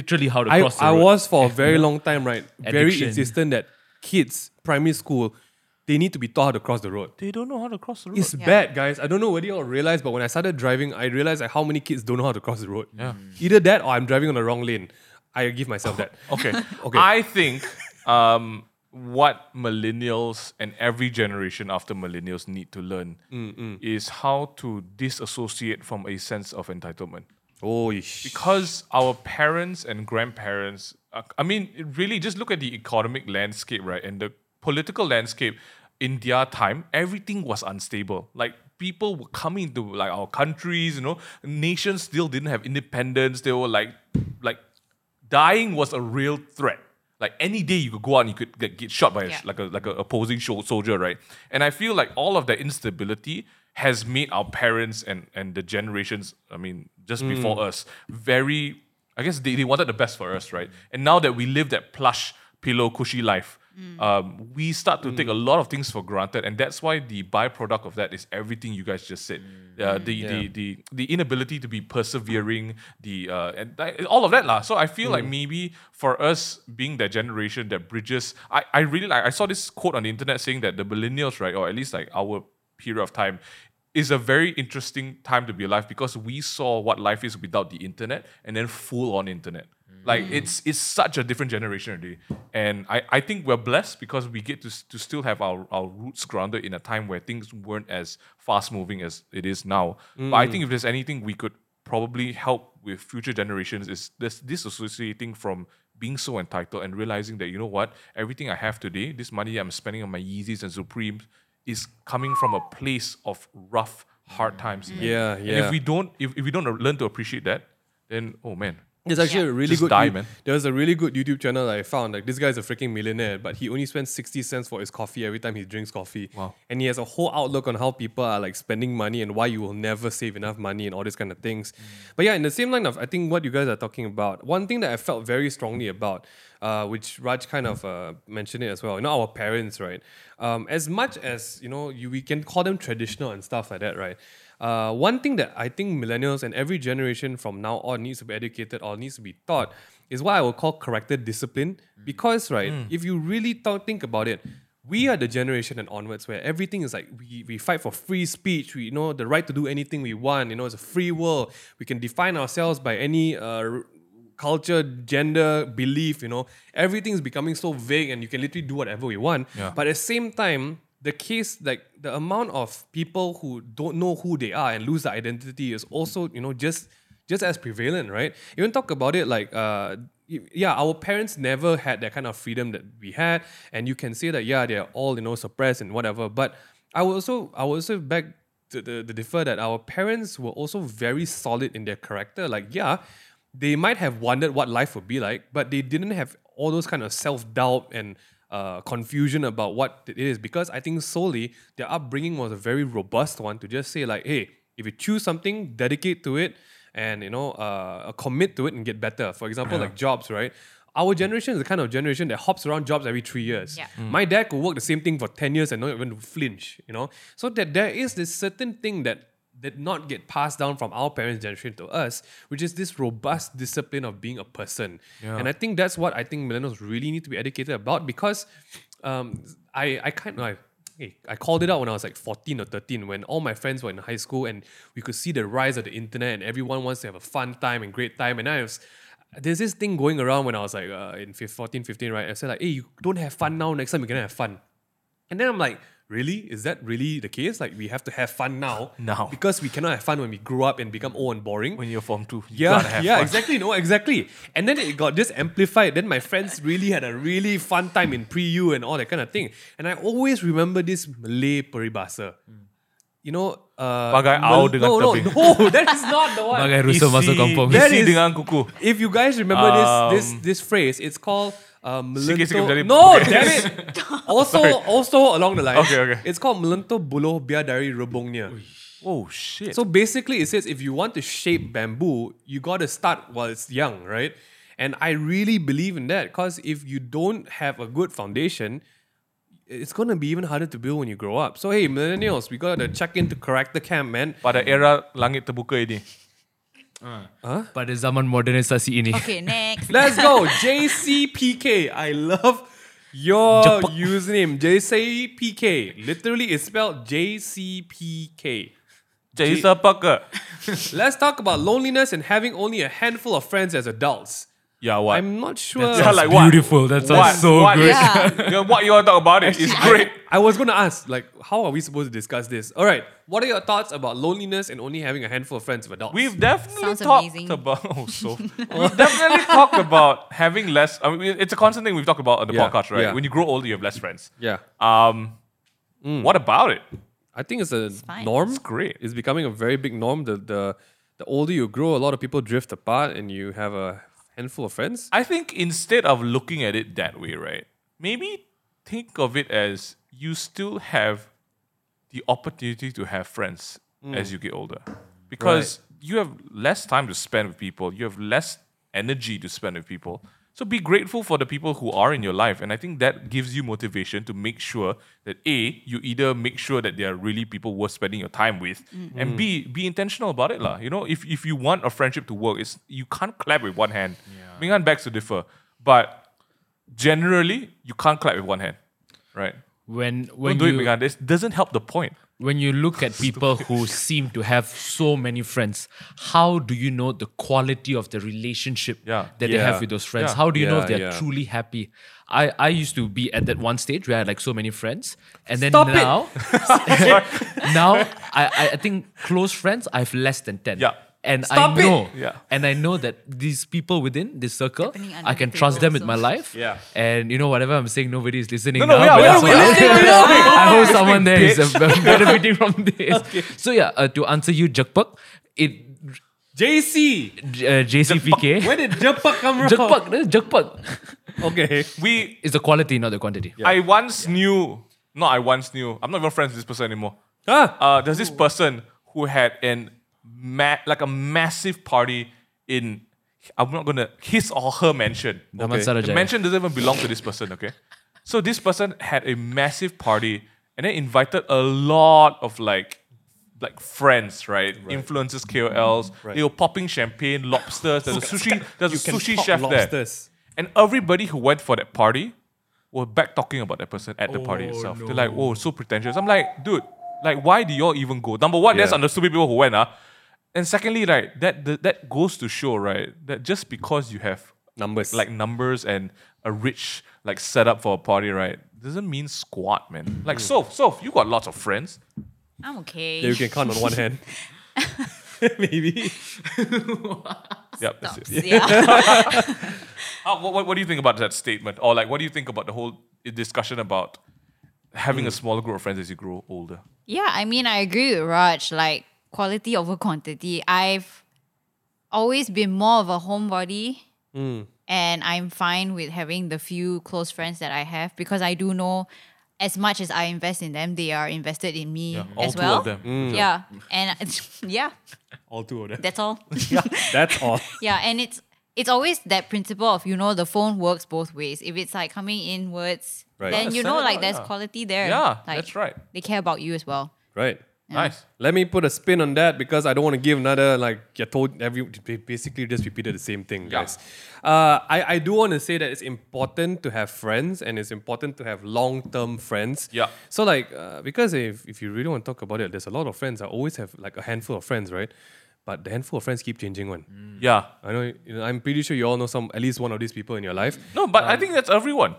[SPEAKER 3] literally how to
[SPEAKER 2] I,
[SPEAKER 3] cross the
[SPEAKER 2] I
[SPEAKER 3] road.
[SPEAKER 2] was for a very long time, right? Very
[SPEAKER 3] Addiction.
[SPEAKER 2] insistent that kids, primary school, they need to be taught how to cross the road.
[SPEAKER 1] They don't know how to cross the road.
[SPEAKER 2] It's bad, guys. I don't know whether you all realize, but when I started driving, I realized like, how many kids don't know how to cross the road. Yeah. Either that or I'm driving on the wrong lane. I give myself that.
[SPEAKER 1] Okay.
[SPEAKER 2] Okay.
[SPEAKER 1] I think um, what millennials and every generation after millennials need to learn is how to disassociate from a sense of entitlement.
[SPEAKER 2] Oh, sh-
[SPEAKER 1] Because our parents and grandparents, are, I mean, it really, just look at the economic landscape, right? And the political landscape in their time, everything was unstable. Like, people were coming to like our countries you know nations still didn't have independence they were like like dying was a real threat. Like any day you could go out and you could get, get shot by a,
[SPEAKER 4] Yeah.
[SPEAKER 1] like a like a opposing sho- soldier, right? And I feel like all of that instability has made our parents and and the generations, I mean, just before us, very. I guess they, they wanted the best for us, right? And now that we live that plush pillow cushy life, um, we start to take a lot of things for granted, and that's why the byproduct of that is everything you guys just said. Uh, the, the the the inability to be persevering, the uh, and that- all of that lah. So I feel like maybe for us being that generation that bridges, I, I really like I saw this quote on the internet saying that the millennials, right, or at least like our period of time is a very interesting time to be alive because we saw what life is without the internet and then full on internet.
[SPEAKER 2] Mm.
[SPEAKER 1] Like it's it's such a different generation already. And I, I think we're blessed because we get to, s- to still have our, our roots grounded in a time where things weren't as fast moving as it is now. But I
[SPEAKER 2] Mm.
[SPEAKER 1] think if there's anything we could probably help with future generations is this disassociating from being so entitled and realizing that you know what everything I have today, this money I'm spending on my Yeezys and Supremes, is coming from a place of rough, hard times. man.
[SPEAKER 2] Yeah,
[SPEAKER 1] And
[SPEAKER 2] yeah.
[SPEAKER 1] if we don't, if, if we don't learn to appreciate that, then oh man,
[SPEAKER 2] There's actually a really
[SPEAKER 1] Just
[SPEAKER 2] good.
[SPEAKER 1] die,
[SPEAKER 2] you-
[SPEAKER 1] man.
[SPEAKER 2] There was a really good YouTube channel that I found. Like this guy's a freaking millionaire, but he only spends sixty cents for his coffee every time he drinks coffee.
[SPEAKER 1] Wow.
[SPEAKER 2] And he has a whole outlook on how people are like spending money and why you will never save enough money and all these kind of things.
[SPEAKER 1] Mm.
[SPEAKER 2] But yeah, in the same line of I think what you guys are talking about, one thing that I felt very strongly about, uh, which Raj kind of uh, mentioned it as well. You know, our parents, right? Um, as much as you know, you, we can call them traditional and stuff like that, right? Uh, one thing that I think millennials and every generation from now on needs to be educated or needs to be taught is what I will call corrected discipline. Because, right, if you really thought, think about it, we are the generation and onwards where everything is like we, we fight for free speech, we you know the right to do anything we want, you know, it's a free world. We can define ourselves by any uh, r- culture, gender, belief, you know, everything's becoming so vague and you can literally do whatever we want.
[SPEAKER 1] Yeah.
[SPEAKER 2] But at the same time, the case like the amount of people who don't know who they are and lose their identity is also, you know, just just as prevalent, right? Even talk about it like uh y- yeah, our parents never had that kind of freedom that we had. And you can say that yeah, they're all, you know, suppressed and whatever. But I will also I will also back to the, the defer that our parents were also very solid in their character. Like, yeah, they might have wondered what life would be like, but they didn't have all those kind of self doubt and uh, confusion about what it is. Because I think solely their upbringing was a very robust one to just say like, hey, if you choose something, dedicate to it, and you know, uh, commit to it and get better. For example, like jobs, right? Our generation is the kind of generation that hops around jobs every three years.
[SPEAKER 4] Yeah.
[SPEAKER 2] My dad could work the same thing for ten years and not even flinch. You know, so that there is this certain thing that did not get passed down from our parents' generation to us, which is this robust discipline of being a person. And I think that's what I think millennials really need to be educated about because um, I I kind of. Hey, I called it out when I was like 14 or 13 when all my friends were in high school and we could see the rise of the internet and everyone wants to have a fun time and great time. And I was, there's this thing going around when I was like uh, in fif- 14, 15, right? I said like, hey, you don't have fun now. Next time you're going to have fun. And then I'm like, really? Is that really the case? Like, we have to have fun now.
[SPEAKER 1] Now.
[SPEAKER 2] Because we cannot have fun when we grow up and become old and boring.
[SPEAKER 1] when you're form two, you gotta
[SPEAKER 2] yeah,
[SPEAKER 1] have
[SPEAKER 2] yeah,
[SPEAKER 1] fun.
[SPEAKER 2] exactly. No, exactly. And then it got just amplified. Then my friends really had a really fun time in pre-U and all that kind of thing. And I always remember this Malay peribahasa.
[SPEAKER 1] Hmm.
[SPEAKER 2] You know, uh,
[SPEAKER 1] Bagai
[SPEAKER 2] Mal-
[SPEAKER 1] au dengan
[SPEAKER 2] no, no,
[SPEAKER 1] tebing.
[SPEAKER 2] no, that is not the one.
[SPEAKER 3] Bagai rusuh masuk
[SPEAKER 1] Isi-
[SPEAKER 3] kampung.
[SPEAKER 2] That
[SPEAKER 1] isi
[SPEAKER 2] is-
[SPEAKER 1] dengan kuku.
[SPEAKER 2] If you guys remember this
[SPEAKER 1] Um,
[SPEAKER 2] this this phrase, it's called uh,
[SPEAKER 1] Sikit-sikit
[SPEAKER 2] melento-
[SPEAKER 1] dari-
[SPEAKER 2] No, damn it. also, also along the line.
[SPEAKER 1] Okay, okay.
[SPEAKER 2] It's called melento buloh biadari rebongnya.
[SPEAKER 1] Oh shit!
[SPEAKER 2] So basically, it says if you want to shape bamboo, you got to start while it's young, right? And I really believe in that because if you don't have a good foundation, it's going to be even harder to build when you grow up. So, hey, millennials, we got to check into character camp, man.
[SPEAKER 1] Pada era langit terbuka ini,
[SPEAKER 3] Pada zaman modernisasi ini.
[SPEAKER 4] Okay, next.
[SPEAKER 2] Let's go. JCPK. I love your username. JCPK. Literally, it's spelled JCPK.
[SPEAKER 1] jadi sepaka.
[SPEAKER 2] Let's talk about loneliness and having only a handful of friends as adults.
[SPEAKER 1] Yeah, what?
[SPEAKER 2] I'm not sure.
[SPEAKER 1] Yeah,
[SPEAKER 3] That's
[SPEAKER 1] like what?
[SPEAKER 3] beautiful. That sounds
[SPEAKER 1] what?
[SPEAKER 3] so
[SPEAKER 1] what
[SPEAKER 3] good.
[SPEAKER 1] is- Yeah,
[SPEAKER 4] Yeah.
[SPEAKER 1] what you want to talk about it is great.
[SPEAKER 2] I was gonna ask, like, how are we supposed to discuss this? All right, what are your thoughts about loneliness and only having a handful of friends of adults?
[SPEAKER 1] We've definitely
[SPEAKER 4] Sounds
[SPEAKER 1] talked
[SPEAKER 4] amazing.
[SPEAKER 1] about. Oh, so we've definitely talked about having less. I mean, it's a constant thing we've talked about on the
[SPEAKER 2] Yeah,
[SPEAKER 1] podcast, right?
[SPEAKER 2] yeah.
[SPEAKER 1] When you grow older, you have less friends.
[SPEAKER 2] yeah, Mm.
[SPEAKER 1] Um, what about it?
[SPEAKER 2] I think it's a
[SPEAKER 4] fine.
[SPEAKER 2] norm.
[SPEAKER 1] It's great.
[SPEAKER 2] It's becoming a very big norm. The the the older you grow, a lot of people drift apart, and you have a handful of friends.
[SPEAKER 1] I think instead of looking at it that way, right? Maybe think of it as you still have the opportunity to have friends as you get older. Because you have less time to spend with people, you have less energy to spend with people. So be grateful for the people who are in your life. And I think that gives you motivation to make sure that A, you either make sure that they are really people worth spending your time with. And B, be intentional about it. lah. You know, if, if you want a friendship to work, it's you can't clap with one hand. Ming Han begs to differ. But generally, you can't clap with one hand. Right?
[SPEAKER 3] When when
[SPEAKER 1] Don't do it,
[SPEAKER 3] you
[SPEAKER 1] Ming Han. This doesn't help the point.
[SPEAKER 3] when you look at people who seem to have so many friends, how do you know the quality of the relationship
[SPEAKER 1] Yeah.
[SPEAKER 3] that they
[SPEAKER 2] Yeah.
[SPEAKER 3] have with those friends?
[SPEAKER 1] Yeah.
[SPEAKER 3] How do you know
[SPEAKER 2] Yeah,
[SPEAKER 3] if they're
[SPEAKER 2] yeah.
[SPEAKER 3] truly happy? I, I used to be at that one stage where I had like so many friends, and then
[SPEAKER 2] Stop it.
[SPEAKER 3] now, now I, I- I think close friends I have less than ten.
[SPEAKER 1] Yeah.
[SPEAKER 3] And
[SPEAKER 2] Stop it.
[SPEAKER 3] I know,
[SPEAKER 1] Yeah.
[SPEAKER 3] and I know that these people within this circle,
[SPEAKER 4] Happening under
[SPEAKER 3] I can
[SPEAKER 4] the
[SPEAKER 3] trust
[SPEAKER 4] table
[SPEAKER 3] them with my
[SPEAKER 4] also.
[SPEAKER 3] life.
[SPEAKER 1] Yeah.
[SPEAKER 3] And you know, whatever I'm saying, nobody is listening.
[SPEAKER 1] No, no,
[SPEAKER 3] now,
[SPEAKER 1] we are,
[SPEAKER 3] but
[SPEAKER 1] we are,
[SPEAKER 3] that's
[SPEAKER 1] we
[SPEAKER 3] all
[SPEAKER 1] are listening,
[SPEAKER 3] right.
[SPEAKER 1] we are listening.
[SPEAKER 3] I hope someone there is uh, benefiting from this. So yeah, uh, to answer you, Jakpak, it
[SPEAKER 2] JC,
[SPEAKER 3] J- uh, JCPK.
[SPEAKER 2] where did Japak come from?
[SPEAKER 3] Jakpak, no, Jakpak
[SPEAKER 2] Okay.
[SPEAKER 1] We
[SPEAKER 3] is the quality, not the quantity.
[SPEAKER 1] I once knew, no, I once knew. I'm not even friends with this person anymore.
[SPEAKER 2] Ah,
[SPEAKER 1] Uh, there's this person who had an ma- like a massive party in. I'm not gonna his or her mansion.
[SPEAKER 3] Dharman
[SPEAKER 2] Okay.
[SPEAKER 1] The
[SPEAKER 3] Sarojaya.
[SPEAKER 1] mansion doesn't even belong to this person. Okay, so this person had a massive party and then invited a lot of like. Like friends, right? Influencers, KOLs. They were popping champagne, lobsters. There's a sushi. There's a
[SPEAKER 2] you can
[SPEAKER 1] sushi
[SPEAKER 2] pop
[SPEAKER 1] chef there.
[SPEAKER 2] lobsters.
[SPEAKER 1] And everybody who went for that party were back talking about that person at the party itself. They're like, oh, so pretentious. I'm like, dude, like, why do y'all even go? Number one, that's
[SPEAKER 2] Yeah.
[SPEAKER 1] on the stupid people who went, ah. And secondly, right, that, that that goes to show, right, that just because you have
[SPEAKER 2] Numbers.
[SPEAKER 1] like numbers and a rich like setup for a party, right, doesn't mean squat, man. Like, so, so you got lots of friends.
[SPEAKER 4] I'm okay.
[SPEAKER 2] Yeah, you can count on one hand. Maybe.
[SPEAKER 1] Yep, that's it.
[SPEAKER 4] yeah.
[SPEAKER 1] Uh, what, what, what do you think about that statement? Or like, what do you think about the whole discussion about having a smaller group of friends as you grow older?
[SPEAKER 4] yeah, I mean, I agree with Raj. Like, quality over quantity. I've always been more of a homebody. And I'm fine with having the few close friends that I have because I do know as much as I invest in them, they are invested in me
[SPEAKER 1] all
[SPEAKER 4] as
[SPEAKER 1] two
[SPEAKER 4] well.
[SPEAKER 1] of them.
[SPEAKER 4] Yeah. And yeah,
[SPEAKER 2] All two of them.
[SPEAKER 4] that's all.
[SPEAKER 2] That's all.
[SPEAKER 4] Yeah, and it's it's always that principle of you know the phone works both ways. If it's like coming inwards,
[SPEAKER 2] Right.
[SPEAKER 4] then
[SPEAKER 1] Yeah,
[SPEAKER 4] you
[SPEAKER 1] sell
[SPEAKER 4] know
[SPEAKER 1] it
[SPEAKER 4] like
[SPEAKER 1] out,
[SPEAKER 4] there's
[SPEAKER 1] yeah.
[SPEAKER 4] quality there.
[SPEAKER 1] Yeah,
[SPEAKER 4] like,
[SPEAKER 1] that's right.
[SPEAKER 4] They care about you as well.
[SPEAKER 2] Right.
[SPEAKER 1] Nice.
[SPEAKER 2] Let me put a spin on that because I don't want to give another like you're told every ba- basically just repeated the same thing,
[SPEAKER 1] Yeah.
[SPEAKER 2] guys. Uh, I, I do want to say that it's important to have friends and it's important to have long term friends.
[SPEAKER 1] Yeah.
[SPEAKER 2] So like uh, because if if you really want to talk about it, there's a lot of friends. I always have like a handful of friends, right? But the handful of friends keep changing one.
[SPEAKER 1] Yeah.
[SPEAKER 2] I know, you know I'm pretty sure you all know some at least one of these people in your life.
[SPEAKER 1] No, but I think that's everyone.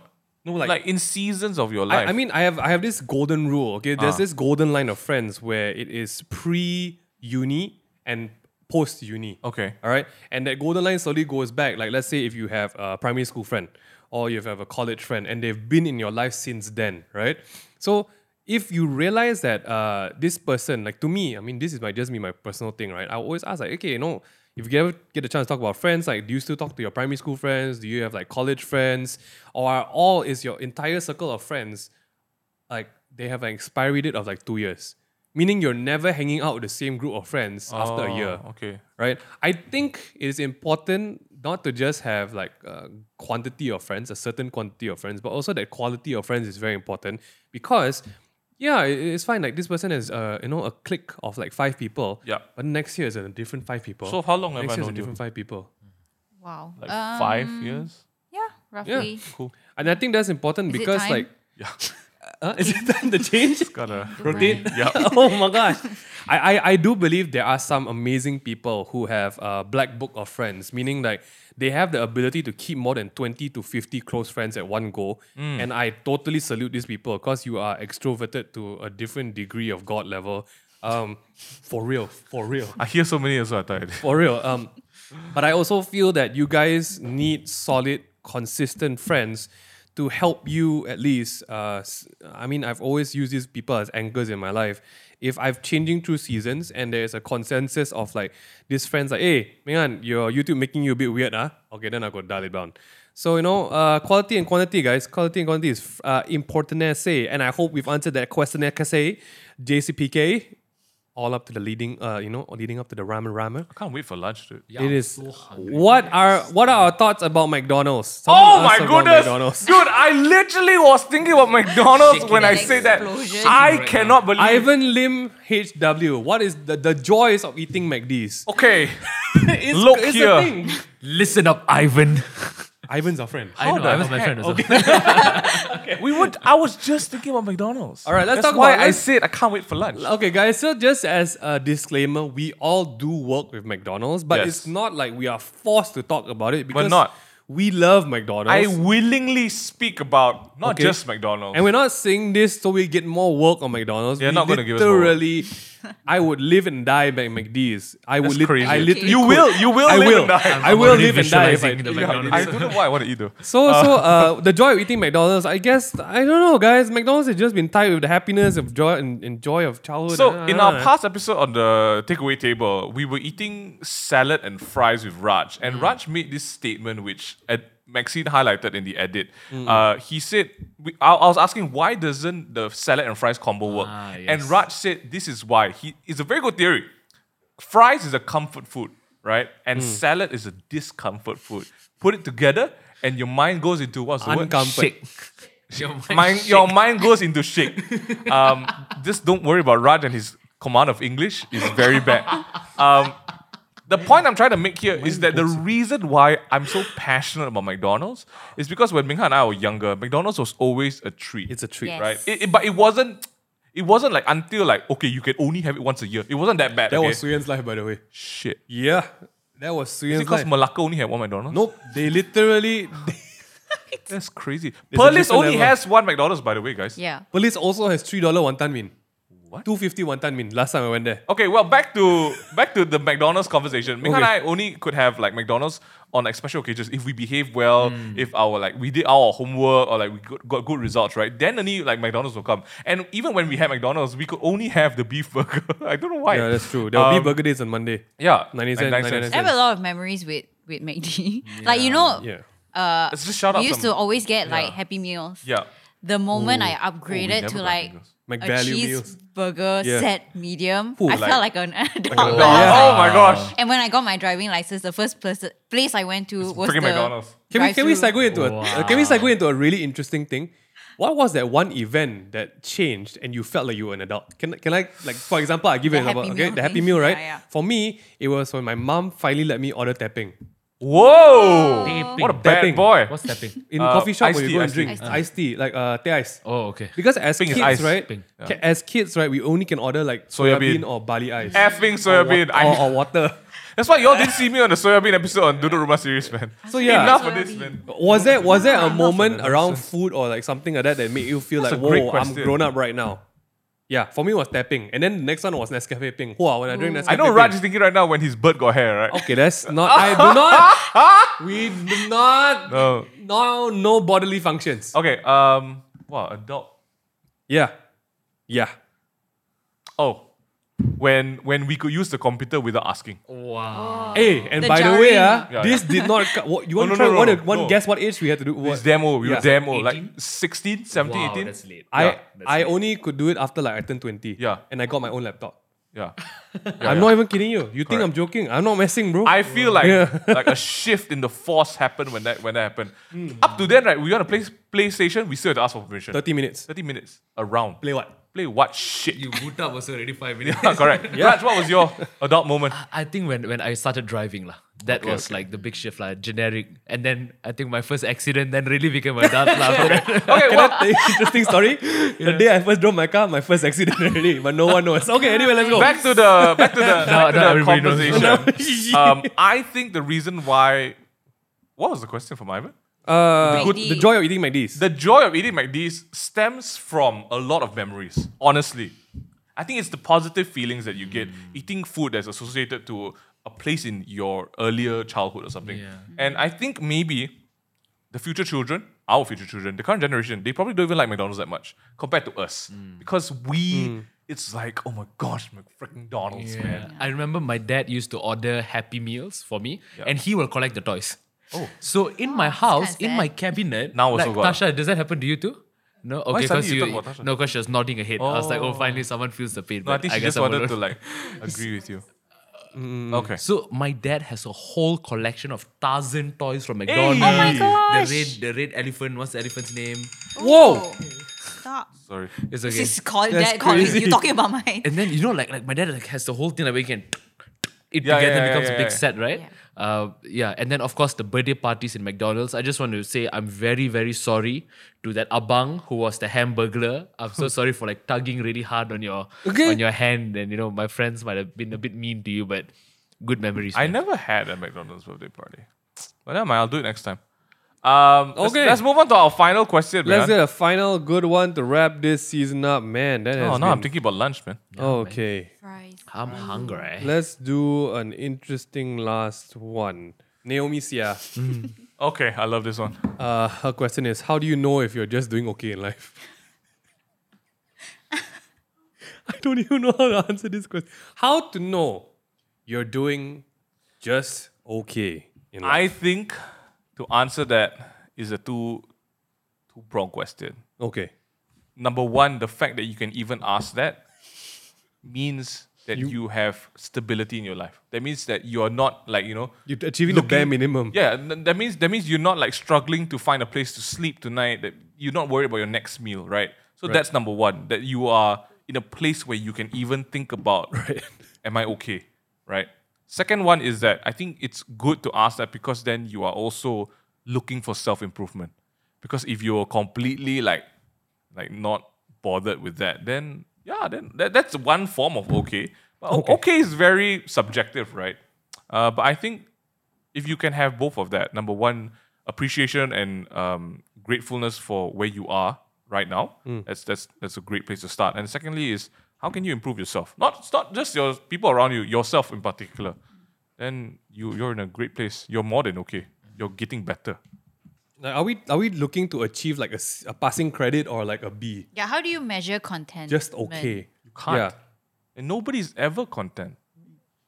[SPEAKER 2] No,
[SPEAKER 1] Like,
[SPEAKER 2] like,
[SPEAKER 1] in seasons of your life. Ah.
[SPEAKER 2] I, I mean, I have I have this golden rule. Okay, there's this golden line of friends where it is pre uni and post uni.
[SPEAKER 1] Okay.
[SPEAKER 2] all right, and that golden line slowly goes back. Like let's say if you have a primary school friend or you have a college friend, and they've been in your life since then, right? So if you realize that uh, this person, like to me, I mean, this is my just me my personal thing, right? I always ask like, okay, you know, if you ever get a chance to talk about friends, like, do you still talk to your primary school friends? Do you have like college friends, or are all is your entire circle of friends like they have an expiry date of like two years, meaning you're never hanging out with the same group of friends after a
[SPEAKER 1] Oh,
[SPEAKER 2] year,
[SPEAKER 1] Okay.
[SPEAKER 2] right? I think it is important not to just have like a quantity of friends, a certain quantity of friends, but also that quality of friends is very important because. Yeah, i- it's fine. Like this person has, uh, you know, a clique of like five people.
[SPEAKER 1] Yeah.
[SPEAKER 2] But next year is a different five people.
[SPEAKER 1] So how long have I
[SPEAKER 2] next year is a
[SPEAKER 1] known you?
[SPEAKER 2] different five people.
[SPEAKER 4] Wow.
[SPEAKER 1] Like
[SPEAKER 4] Um,
[SPEAKER 1] five years?
[SPEAKER 4] Yeah, roughly.
[SPEAKER 1] Cool.
[SPEAKER 2] And I think that's important
[SPEAKER 4] Is it
[SPEAKER 2] because
[SPEAKER 4] time?
[SPEAKER 2] like,
[SPEAKER 1] Yeah.
[SPEAKER 2] uh, is it time to change?
[SPEAKER 1] Gotta.
[SPEAKER 2] Protein.
[SPEAKER 1] Yeah.
[SPEAKER 2] oh my gosh. I, I, I do believe there are some amazing people who have a black book of friends, meaning like they have the ability to keep more than 20 to 50 close friends at one go. And I totally salute these people because you are extroverted to a different degree of God level. Um, for real, for real
[SPEAKER 1] I hear so many as well, I thought.
[SPEAKER 2] for real. Um, but I also feel that you guys need solid, consistent friends to help you at least. Uh, s- I mean, I've always used these people as anchors in my life. If I've changing through seasons and there is a consensus of like these friends, like, hey, man, your YouTube making you a bit weird, huh? Okay, then I got dial it down. So you know, uh, quality and quantity, guys. Quality and quantity is uh, important essay, and I hope we've answered that question, essay. JCPK, all up to the leading, uh, you know, leading up to the ramen ramen.
[SPEAKER 1] I can't wait for lunch, dude.
[SPEAKER 3] Yeah,
[SPEAKER 2] it
[SPEAKER 3] I'm
[SPEAKER 2] is.
[SPEAKER 3] so hungry.
[SPEAKER 2] what are what are our thoughts about McDonald's? Someone
[SPEAKER 1] Oh
[SPEAKER 2] asked
[SPEAKER 1] my
[SPEAKER 2] about
[SPEAKER 1] goodness,
[SPEAKER 2] McDonald's.
[SPEAKER 1] dude! I literally was thinking about McDonald's
[SPEAKER 3] Shaking
[SPEAKER 1] when I
[SPEAKER 3] it.
[SPEAKER 1] say that.
[SPEAKER 4] Explosion.
[SPEAKER 1] I
[SPEAKER 3] Shaking right
[SPEAKER 1] cannot believe.
[SPEAKER 2] Ivan Lim HW. What is the, the joys of eating McD's?
[SPEAKER 1] okay,
[SPEAKER 2] It's,
[SPEAKER 1] Oh, look
[SPEAKER 2] it's
[SPEAKER 1] here.
[SPEAKER 2] A thing.
[SPEAKER 3] Listen up, Ivan.
[SPEAKER 2] Ivan's our friend.
[SPEAKER 3] I know,
[SPEAKER 1] the
[SPEAKER 3] I was my
[SPEAKER 1] heck?
[SPEAKER 3] friend as well.
[SPEAKER 1] we would. I was just thinking about McDonald's. All
[SPEAKER 2] right, let's
[SPEAKER 1] That's
[SPEAKER 2] talk
[SPEAKER 1] why
[SPEAKER 2] about
[SPEAKER 1] I
[SPEAKER 2] lunch.
[SPEAKER 1] said I can't wait for lunch.
[SPEAKER 2] Okay, guys, so just as a disclaimer, we all do work with McDonald's, but
[SPEAKER 1] Yes.
[SPEAKER 2] it's not like we are forced to talk about it because
[SPEAKER 1] not.
[SPEAKER 2] we love
[SPEAKER 1] I
[SPEAKER 2] McDonald's.
[SPEAKER 1] willingly speak about not
[SPEAKER 2] Okay.
[SPEAKER 1] just McDonald's.
[SPEAKER 2] and we're not saying this so we get more work on McDonald's.
[SPEAKER 1] They're
[SPEAKER 2] we
[SPEAKER 1] not gonna give us more work.
[SPEAKER 2] literally, I would live and die by McD's. I would
[SPEAKER 1] That's
[SPEAKER 2] live.
[SPEAKER 1] crazy.
[SPEAKER 2] I literally
[SPEAKER 1] You
[SPEAKER 2] could.
[SPEAKER 1] will. You will
[SPEAKER 2] I
[SPEAKER 1] live
[SPEAKER 2] will.
[SPEAKER 1] and die.
[SPEAKER 2] I will live and die. If I,
[SPEAKER 3] Visualizing the
[SPEAKER 1] Yeah,
[SPEAKER 3] McDonald's.
[SPEAKER 1] I don't know why I want to eat though.
[SPEAKER 2] So so uh, the joy of eating McDonald's. I guess I don't know, guys. McDonald's has just been tied with the happiness of joy and, and joy of childhood. Ah,
[SPEAKER 1] So
[SPEAKER 2] I
[SPEAKER 1] in
[SPEAKER 2] don't
[SPEAKER 1] our
[SPEAKER 2] know.
[SPEAKER 1] past episode on the takeaway table, we were eating salad and fries with Raj,
[SPEAKER 2] Mm.
[SPEAKER 1] and Raj made this statement which Ed- Maxine highlighted in the edit.
[SPEAKER 2] Mm.
[SPEAKER 1] Uh, he said, we, I, I was asking why doesn't the salad and fries combo work?"
[SPEAKER 3] Ah,
[SPEAKER 1] And
[SPEAKER 3] yes.
[SPEAKER 1] Raj said, "This is why." He it's a very good theory. Fries is a comfort food, right?
[SPEAKER 2] Mm.
[SPEAKER 1] And salad is a discomfort food. Put it together, and your mind goes into what's the word?
[SPEAKER 2] Uncomfort.
[SPEAKER 3] Shake. Your mind
[SPEAKER 1] mind,
[SPEAKER 3] shake.
[SPEAKER 1] your mind goes into shake. Um, just don't worry about Raj and his command of English is very bad. Um, the point I'm trying to make here is that the reason why I'm so passionate about McDonald's is because when Mingha and I were younger, McDonald's was always a treat.
[SPEAKER 2] It's a treat.
[SPEAKER 4] Yes.
[SPEAKER 1] right. It, it- but it wasn't. It wasn't like until like okay, you can only have it once a year. It wasn't that bad.
[SPEAKER 2] That
[SPEAKER 1] okay?
[SPEAKER 2] was Suyan's life, by the way.
[SPEAKER 1] shit.
[SPEAKER 2] Yeah, that was
[SPEAKER 1] Is it
[SPEAKER 2] Suyan's
[SPEAKER 1] because
[SPEAKER 2] life.
[SPEAKER 1] Malacca only had one McDonald's?
[SPEAKER 2] nope, they literally.
[SPEAKER 1] that's crazy.
[SPEAKER 2] a
[SPEAKER 1] Perlis
[SPEAKER 2] different
[SPEAKER 1] only
[SPEAKER 2] level.
[SPEAKER 1] has one McDonald's, by the way, guys.
[SPEAKER 4] Yeah.
[SPEAKER 2] Police also has three dollar wonton min.
[SPEAKER 1] What?
[SPEAKER 2] Two fifty wonton min. Last time I went there.
[SPEAKER 1] Okay, well, back to back to the McDonald's conversation. Ming and I
[SPEAKER 2] Okay.
[SPEAKER 1] only could have like McDonald's on like special occasions if we behave well,
[SPEAKER 2] Hmm.
[SPEAKER 1] if our like we did our homework or like we got, got good results, right? Then only like McDonald's will come. And even when we had McDonald's, we could only have the beef burger. I don't know why.
[SPEAKER 2] Yeah, that's true. There will
[SPEAKER 1] Um,
[SPEAKER 2] be burger days on Monday.
[SPEAKER 1] Yeah,
[SPEAKER 2] 90 cent, 99
[SPEAKER 4] I have a lot of memories with with McD. like you know,
[SPEAKER 2] Yeah.
[SPEAKER 1] Let's just shout out.
[SPEAKER 4] we used
[SPEAKER 1] some,
[SPEAKER 4] to always get like
[SPEAKER 1] Yeah.
[SPEAKER 4] Happy Meals.
[SPEAKER 1] yeah.
[SPEAKER 4] The moment I
[SPEAKER 1] we
[SPEAKER 4] upgraded
[SPEAKER 1] never
[SPEAKER 2] Oh,
[SPEAKER 4] to
[SPEAKER 1] got
[SPEAKER 4] like
[SPEAKER 1] Happy
[SPEAKER 4] a
[SPEAKER 2] McValue meals.
[SPEAKER 4] cheeseburger
[SPEAKER 2] Yeah.
[SPEAKER 4] set medium,
[SPEAKER 2] Ooh,
[SPEAKER 4] I
[SPEAKER 1] like-
[SPEAKER 4] felt like an adult.
[SPEAKER 1] Oh, my gosh!
[SPEAKER 4] And when I got my driving license, the first place, place I went to was the
[SPEAKER 1] Freaking McDonald's.
[SPEAKER 2] Can we can we
[SPEAKER 4] drive-thru.
[SPEAKER 2] segue into a uh, can we segue into a really interesting thing? What was that one event that changed and you felt like you were an adult? Can, can I like for example I give you an
[SPEAKER 4] The Happy
[SPEAKER 2] example. Okay,
[SPEAKER 4] Meal
[SPEAKER 2] the Happy
[SPEAKER 4] thing.
[SPEAKER 2] Meal, right?
[SPEAKER 4] Yeah, yeah.
[SPEAKER 2] For me, it was when my mom finally let me order tapping
[SPEAKER 1] Whoa!
[SPEAKER 3] Tapping.
[SPEAKER 1] What a bad
[SPEAKER 2] Tapping.
[SPEAKER 1] boy.
[SPEAKER 3] What's tapping?
[SPEAKER 2] in
[SPEAKER 1] Uh,
[SPEAKER 2] coffee shop
[SPEAKER 1] iced
[SPEAKER 2] where you
[SPEAKER 1] tea,
[SPEAKER 2] go and
[SPEAKER 1] iced tea.
[SPEAKER 2] drink
[SPEAKER 1] Iced
[SPEAKER 2] iced tea, like uh, teh ice.
[SPEAKER 3] Oh, okay.
[SPEAKER 2] Because as
[SPEAKER 1] Pink is
[SPEAKER 2] kids,
[SPEAKER 1] ice.
[SPEAKER 2] right?
[SPEAKER 3] Pink,
[SPEAKER 2] ca- As kids, right, we only can order like soya,
[SPEAKER 1] Soya
[SPEAKER 2] bean.
[SPEAKER 1] bean.
[SPEAKER 2] or barley ice.
[SPEAKER 1] Effing
[SPEAKER 2] or,
[SPEAKER 1] soya
[SPEAKER 2] wa-
[SPEAKER 1] bean.
[SPEAKER 2] or,
[SPEAKER 1] I,
[SPEAKER 2] or water.
[SPEAKER 1] that's why y'all didn't see me on the soya bean episode on Doodle Ruma series, man.
[SPEAKER 2] So yeah,
[SPEAKER 1] Enough
[SPEAKER 4] Soya
[SPEAKER 1] of this,
[SPEAKER 4] bean.
[SPEAKER 1] man.
[SPEAKER 2] was there was there a moment around food or like something like that that made you feel
[SPEAKER 1] That's
[SPEAKER 2] like
[SPEAKER 1] a great
[SPEAKER 2] whoa, I'm
[SPEAKER 1] question.
[SPEAKER 2] grown up right now? Yeah, for me it was tapping, and then the next one was Nescafe Pink. Wow, when I drink Nescafe
[SPEAKER 1] Mm. I know
[SPEAKER 2] Pink-
[SPEAKER 1] Raj is thinking right now when his bird got hair, right?
[SPEAKER 2] Okay, that's not. I do not. we do not.
[SPEAKER 1] No.
[SPEAKER 2] No, no bodily functions.
[SPEAKER 1] Okay. Um. Wow. Adult.
[SPEAKER 2] Yeah, yeah.
[SPEAKER 1] Oh. When when we could use the computer without asking.
[SPEAKER 2] Oh.
[SPEAKER 3] Wow.
[SPEAKER 2] Hey, and
[SPEAKER 4] The
[SPEAKER 2] by the way,
[SPEAKER 4] jarring.
[SPEAKER 2] ah,
[SPEAKER 1] Yeah, Oh,
[SPEAKER 2] this did not. co- What, you want
[SPEAKER 1] no,
[SPEAKER 2] to try?
[SPEAKER 1] no, no,
[SPEAKER 2] want to
[SPEAKER 1] no.
[SPEAKER 2] want
[SPEAKER 1] No.
[SPEAKER 2] guess what age we had to do?
[SPEAKER 1] It's
[SPEAKER 2] What,
[SPEAKER 1] demo. We
[SPEAKER 2] Yeah.
[SPEAKER 1] were demo. Like
[SPEAKER 3] 18?
[SPEAKER 1] 16, 17,
[SPEAKER 3] wow,
[SPEAKER 1] 18.
[SPEAKER 3] that's late.
[SPEAKER 2] I
[SPEAKER 1] Yeah.
[SPEAKER 3] That's
[SPEAKER 2] I
[SPEAKER 3] late.
[SPEAKER 2] only could do it after like I turned twenty.
[SPEAKER 1] Yeah.
[SPEAKER 2] and I got my own laptop.
[SPEAKER 1] Yeah.
[SPEAKER 2] I'm
[SPEAKER 1] yeah.
[SPEAKER 2] not even kidding you. You think
[SPEAKER 1] Correct.
[SPEAKER 2] I'm joking? I'm not messing, bro.
[SPEAKER 1] I feel like
[SPEAKER 2] Yeah.
[SPEAKER 1] like a shift in the force happened when that when that happened.
[SPEAKER 2] Hmm.
[SPEAKER 1] Up to then, right? We want to play PlayStation. We still have to ask for permission.
[SPEAKER 2] Thirty minutes.
[SPEAKER 1] Thirty minutes around.
[SPEAKER 2] Play what?
[SPEAKER 1] Play what shit?
[SPEAKER 3] You boot up also already five minutes.
[SPEAKER 1] Yeah, correct. Raj, what was your adult moment?
[SPEAKER 3] I think when, when I started driving, lah, that was like the big shift, like generic. And then I think my first accident then really became a dad. lah. from then.
[SPEAKER 1] Okay.
[SPEAKER 2] Can
[SPEAKER 1] well,
[SPEAKER 2] I tell you interesting story? The day I first drove my car, my first accident already, but no one knows. Okay, anyway, let's go.
[SPEAKER 1] back to the back to the, back to
[SPEAKER 3] now
[SPEAKER 1] the
[SPEAKER 3] everybody knows.
[SPEAKER 1] conversation. um, I think the reason why. What was the question from Ivan?
[SPEAKER 2] Uh,
[SPEAKER 4] Good-
[SPEAKER 2] the joy of eating McD's.
[SPEAKER 1] The joy of eating McD's stems from a lot of memories, honestly. I think it's the positive feelings that you get
[SPEAKER 3] Hmm.
[SPEAKER 1] eating food that's associated to a place in your earlier childhood or something.
[SPEAKER 3] Yeah.
[SPEAKER 1] And I think maybe the future children, our future children, the current generation, they probably don't even like McDonald's that much compared to us.
[SPEAKER 3] Hmm.
[SPEAKER 1] Because we, it's like, oh my gosh, McDonald's, man.
[SPEAKER 3] I remember my dad used to order Happy Meals for me,
[SPEAKER 1] Yeah.
[SPEAKER 3] and he will collect the toys. Oh. So in my house,
[SPEAKER 4] kinda
[SPEAKER 3] in
[SPEAKER 4] sad.
[SPEAKER 3] my cabinet,
[SPEAKER 1] Now also
[SPEAKER 3] like,
[SPEAKER 1] got.
[SPEAKER 3] Tasha, does that happen to you too? No, okay,
[SPEAKER 1] suddenly
[SPEAKER 3] because
[SPEAKER 1] you
[SPEAKER 3] you,
[SPEAKER 1] talk about Tasha?
[SPEAKER 3] no, because she was nodding her head. I was like, oh, finally someone feels the pain.
[SPEAKER 1] No, I
[SPEAKER 3] but
[SPEAKER 1] think she
[SPEAKER 3] guess
[SPEAKER 1] just
[SPEAKER 3] I'm
[SPEAKER 1] wanted
[SPEAKER 3] alone.
[SPEAKER 1] to like agree with you. Okay.
[SPEAKER 3] So my dad has a whole collection of Tarzan toys from McDonald's.
[SPEAKER 1] Oh my
[SPEAKER 4] gosh.
[SPEAKER 3] The red, the red elephant. What's the elephant's name?
[SPEAKER 2] Whoa!
[SPEAKER 4] Stop.
[SPEAKER 1] Sorry.
[SPEAKER 3] It's okay.
[SPEAKER 4] This is called
[SPEAKER 2] That's
[SPEAKER 4] that calling.
[SPEAKER 2] crazy.
[SPEAKER 4] You're talking about my
[SPEAKER 3] and then you know, like like my dad like has the whole thing like where you can it
[SPEAKER 1] Yeah,
[SPEAKER 3] together
[SPEAKER 1] yeah, yeah,
[SPEAKER 3] becomes
[SPEAKER 1] yeah,
[SPEAKER 3] a big
[SPEAKER 1] yeah.
[SPEAKER 3] set, right?
[SPEAKER 4] Yeah.
[SPEAKER 3] Yeah. Uh, yeah, and then of course the birthday parties in McDonald's. I just want to say I'm very very sorry to that abang who was the hamburglar. I'm so sorry for like tugging really hard on your
[SPEAKER 2] Okay.
[SPEAKER 3] on your hand, and you know my friends might have been a bit mean to you, but good memories.
[SPEAKER 1] I
[SPEAKER 3] man.
[SPEAKER 1] never had a McDonald's birthday party. But never mind, I'll do it next time. Um, okay. Let's,
[SPEAKER 2] Okay.
[SPEAKER 1] let's move on to our final question,
[SPEAKER 2] Let's
[SPEAKER 1] man.
[SPEAKER 2] get a final good one to wrap this season up, man. That has
[SPEAKER 1] Oh, no, I'm
[SPEAKER 2] been-
[SPEAKER 1] thinking about lunch, man.
[SPEAKER 2] Okay,
[SPEAKER 4] fries.
[SPEAKER 3] I'm hungry.
[SPEAKER 2] let's do an interesting last one. Naomi Sia,
[SPEAKER 1] Okay, I love this one.
[SPEAKER 2] uh, her question is: How do you know if you're just doing okay in life? I don't even know how to answer this question. How to know you're doing just okay in life?
[SPEAKER 1] I think to answer that is a two two prong question.
[SPEAKER 2] okay.
[SPEAKER 1] Number one, the fact that you can even ask that means that you, have stability in your life. That means that you are not like, you know,
[SPEAKER 2] You're achieving the
[SPEAKER 1] Looking-
[SPEAKER 2] bare minimum.
[SPEAKER 1] yeah, th- that means that means you're not like struggling to find a place to sleep tonight. That you're not worried about your next meal, right? So that's number one. That you are in a place where you can even think about, am I okay, right? Second one is that I think it's good to ask that because then you are also looking for self improvement. Because if you're completely like, like not bothered with that, then yeah, then that, that's one form of okay. But okay. is very subjective, right? Uh, but I think if you can have both of that, number one, appreciation and um, gratefulness for where you are right now. That's that's that's a great place to start. And secondly, is how can you improve yourself? Not it's not just your people around you, yourself in particular. Then you you're in a great place. You're more than okay. You're getting better.
[SPEAKER 2] Like, are we are we looking to achieve like a, s- a passing credit or like a B?
[SPEAKER 4] Yeah, how do you measure content?
[SPEAKER 2] Just okay. You
[SPEAKER 1] can't.
[SPEAKER 2] Yeah.
[SPEAKER 1] And nobody's ever content.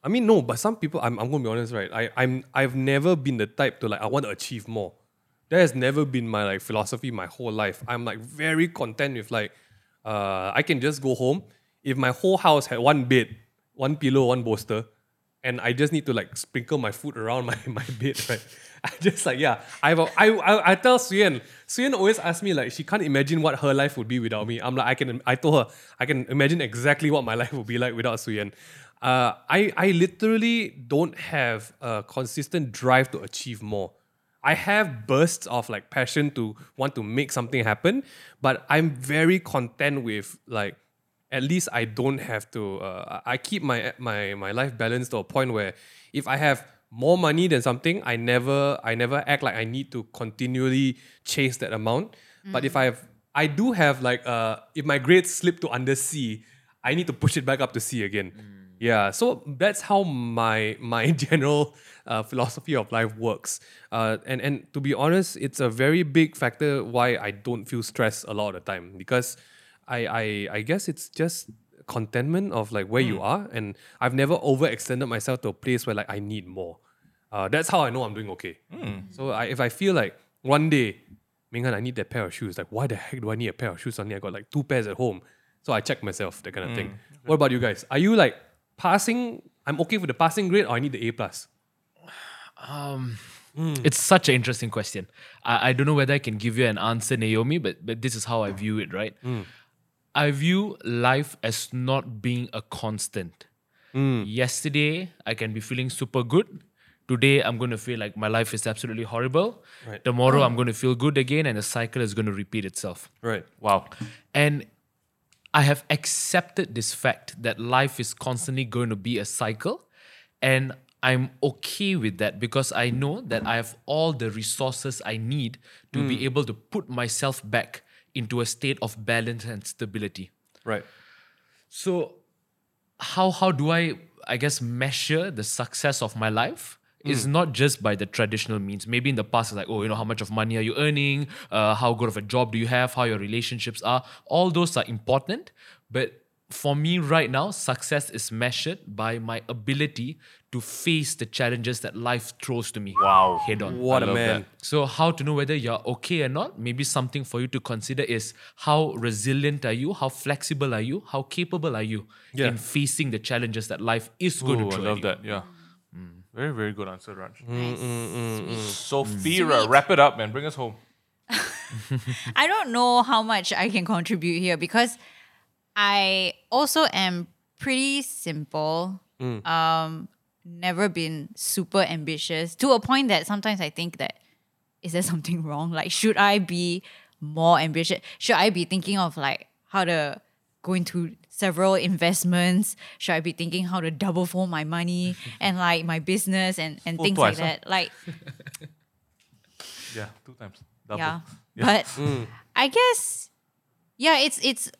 [SPEAKER 2] I mean, no, but some people, I'm, I'm gonna be honest, right? I, I'm, I've never been the type to like, I want to achieve more. That has never been my like philosophy my whole life. I'm like very content with like, uh, I can just go home. If my whole house had one bed, one pillow, one bolster, and I just need to like sprinkle my food around my, my bed, right? I just like, yeah. I've, I, I, I tell Suyen, Suyen always asks me like, she can't imagine what her life would be without me. I'm like, I can, I told her, I can imagine exactly what my life would be like without Suyen. Uh, I, I literally don't have a consistent drive to achieve more. I have bursts of like passion to want to make something happen, but I'm very content with like at least I don't have to. Uh, I I keep my my my life balanced to a point where if I have more money than something, I never I never act like I need to continually chase that amount. But if I have, I do have like uh, if my grades slip to under C, I need to push it back up to C again. Yeah, so that's how my my general uh, philosophy of life works. Uh, and and to be honest, it's a very big factor why I don't feel stressed a lot of the time because I I, I guess it's just contentment of like where you are, and I've never overextended myself to a place where like I need more. Uh, that's how I know I'm doing okay. So I, if I feel like one day, Minghan, I need that pair of shoes. Like, why the heck do I need a pair of shoes? Suddenly I got like two pairs at home. So I check myself, that kind of thing. What about you guys? Are you like passing? I'm okay with the passing grade, or I need the A plus.
[SPEAKER 3] It's such an interesting question. I, I don't know whether I can give you an answer, Naomi, but, but this is how I view it, right? I view life as not being a constant. Yesterday, I can be feeling super good. Today, I'm going to feel like my life is absolutely horrible. Tomorrow, I'm going to feel good again, and the cycle is going to repeat itself.
[SPEAKER 2] Right.
[SPEAKER 1] Wow.
[SPEAKER 3] And I have accepted this fact that life is constantly going to be a cycle. And I'm okay with that because I know that I have all the resources I need to be able to put myself back into a state of balance and stability.
[SPEAKER 2] Right.
[SPEAKER 3] So how how do I I guess measure the success of my life? Is
[SPEAKER 1] Hmm.
[SPEAKER 3] not just by the traditional means. Maybe in the past, it's like, oh, you know, how much of money are you earning? Uh, how good of a job do you have? How your relationships are? All those are important. But for me right now, success is measured by my ability to face the challenges that life throws to me.
[SPEAKER 1] Wow.
[SPEAKER 3] Head on.
[SPEAKER 2] What
[SPEAKER 1] I
[SPEAKER 2] a
[SPEAKER 1] love
[SPEAKER 2] man.
[SPEAKER 3] So, how to know whether you're okay or not? Maybe something for you to consider is how resilient are you? How flexible are you? How capable are you
[SPEAKER 2] Yeah.
[SPEAKER 3] in facing the challenges that life is going
[SPEAKER 1] Ooh,
[SPEAKER 3] to
[SPEAKER 1] I
[SPEAKER 3] throw?
[SPEAKER 1] love
[SPEAKER 3] at you?
[SPEAKER 1] that. Yeah. Mm. Very, very good answer, Raj.
[SPEAKER 4] Nice.
[SPEAKER 2] Mm,
[SPEAKER 1] Sophia,
[SPEAKER 4] Sweet.
[SPEAKER 1] wrap it up, man. Bring us home.
[SPEAKER 4] I don't know how much I can contribute here because I also am pretty simple.
[SPEAKER 1] Mm.
[SPEAKER 4] Um, never been super ambitious to a point that sometimes I think that is there something wrong? Like, should I be more ambitious? Should I be thinking of like how to go into several investments? Should I be thinking how to double fold my money and like my business and, and
[SPEAKER 1] Fold
[SPEAKER 4] things
[SPEAKER 1] twice, huh?
[SPEAKER 4] like that? Like,
[SPEAKER 1] Yeah, two times. Double. Mm.
[SPEAKER 4] yeah. But I guess yeah, it's it's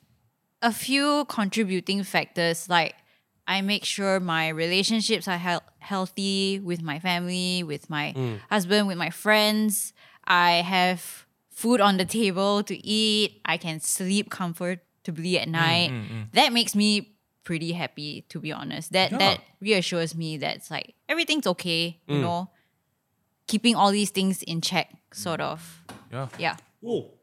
[SPEAKER 4] a few contributing factors like I make sure my relationships are hel- healthy with my family, with my husband, with my friends. I have food on the table to eat. I can sleep comfortably at night. That makes me pretty happy to be honest. That
[SPEAKER 1] Yeah.
[SPEAKER 4] that reassures me that it's like everything's okay, you know. Keeping all these things in check sort of.
[SPEAKER 1] Yeah.
[SPEAKER 4] Yeah.
[SPEAKER 2] Oh,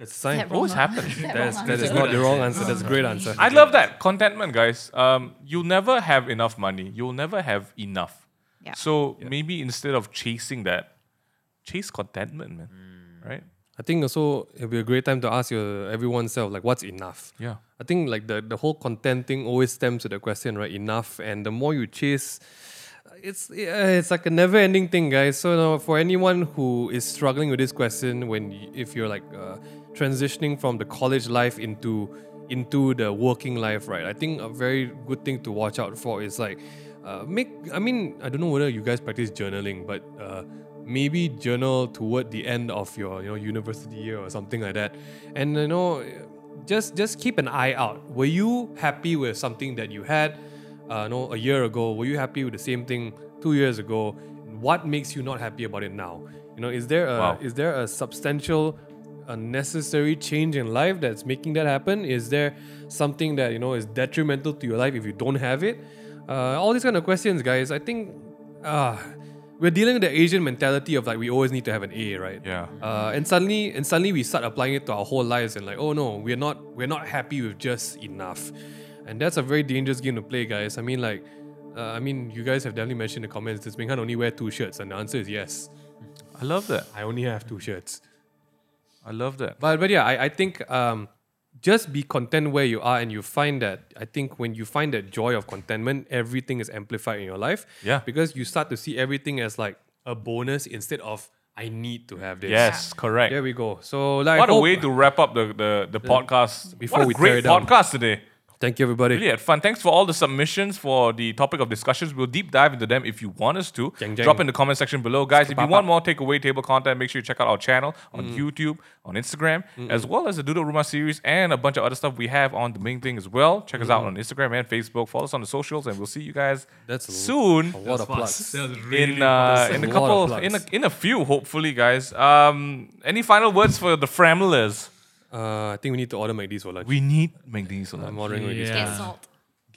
[SPEAKER 2] that's a sign.
[SPEAKER 4] Is that
[SPEAKER 1] Always
[SPEAKER 4] wrong, huh?
[SPEAKER 1] happens.
[SPEAKER 4] Is that
[SPEAKER 2] That's,
[SPEAKER 4] wrong
[SPEAKER 2] that is
[SPEAKER 4] answer?
[SPEAKER 2] not the wrong answer. That's a great answer.
[SPEAKER 1] I love that contentment, guys. Um, you'll never have enough money. You'll never have enough.
[SPEAKER 4] Yeah.
[SPEAKER 1] So maybe instead of chasing that, chase contentment, man. Right?
[SPEAKER 2] I think also it'll be a great time to ask your everyone self like what's enough.
[SPEAKER 1] Yeah.
[SPEAKER 2] I think like the the whole content thing always stems to the question right enough, and the more you chase, it's yeah, it's like a never ending thing, guys. So you know, for anyone who is struggling with this question, when y- if you're like uh, transitioning from the college life into into the working life, right? I think a very good thing to watch out for is like uh, make. I mean, I don't know whether you guys practice journaling, but. Uh, maybe journal toward the end of your you know university year or something like that and you know just just keep an eye out were you happy with something that you had uh, you know a year ago were you happy with the same thing two years ago what makes you not happy about it now you know is there
[SPEAKER 1] Wow.
[SPEAKER 2] a is there a substantial a necessary change in life that's making that happen? Is there something that you know is detrimental to your life if you don't have it? Uh, all these kind of questions, guys. I think uh, we're dealing with the Asian mentality of like we always need to have an A, right?
[SPEAKER 1] Yeah.
[SPEAKER 2] Uh, and suddenly, and suddenly we start applying it to our whole lives and like, oh no, we're not we're not happy with just enough, and that's a very dangerous game to play, guys. I mean like. Uh, I mean, you guys have definitely mentioned in the comments, does Minghan only wear two shirts? And the answer is yes.
[SPEAKER 1] I love that.
[SPEAKER 2] I only have two shirts.
[SPEAKER 1] I love that.
[SPEAKER 2] But but yeah, I, I think um, just be content where you are, and you find that I think when you find that joy of contentment, everything is amplified in your life.
[SPEAKER 1] Yeah.
[SPEAKER 2] because you start to see everything as like a bonus instead of I need to have this.
[SPEAKER 1] Yes, correct.
[SPEAKER 2] There we go. So like, I
[SPEAKER 1] what a
[SPEAKER 2] hope-
[SPEAKER 1] way to wrap up the, the, the podcast.
[SPEAKER 2] Before
[SPEAKER 1] what a
[SPEAKER 2] we tear it
[SPEAKER 1] great
[SPEAKER 2] down.
[SPEAKER 1] podcast today.
[SPEAKER 2] thank you everybody.
[SPEAKER 1] Really had fun. Thanks for all the submissions for the topic of discussions. We'll deep dive into them if you want us to.
[SPEAKER 2] Jeng, jeng.
[SPEAKER 1] Drop in the comment section below. Guys, if you
[SPEAKER 2] Kapapa.
[SPEAKER 1] want more takeaway table content, make sure you check out our channel on
[SPEAKER 2] Mm.
[SPEAKER 1] YouTube, on Instagram, as well as the Doodle Rumor series and a bunch of other stuff we have on the main thing as well. Check us out on Instagram and Facebook. Follow us on the socials, and we'll see you guys
[SPEAKER 2] That's a-
[SPEAKER 1] soon
[SPEAKER 2] Oh, A lot of plugs.
[SPEAKER 1] in uh,
[SPEAKER 2] fast.
[SPEAKER 1] in a
[SPEAKER 2] That's a lot of
[SPEAKER 1] couple in a,
[SPEAKER 2] plugs.
[SPEAKER 1] in a few hopefully guys um any final words for the framlers
[SPEAKER 2] Uh, I think we need to order McD's for lunch.
[SPEAKER 1] we need mcd's on
[SPEAKER 2] I'm
[SPEAKER 1] that.
[SPEAKER 2] ordering McD's.
[SPEAKER 4] Get
[SPEAKER 3] Yeah.
[SPEAKER 4] salt.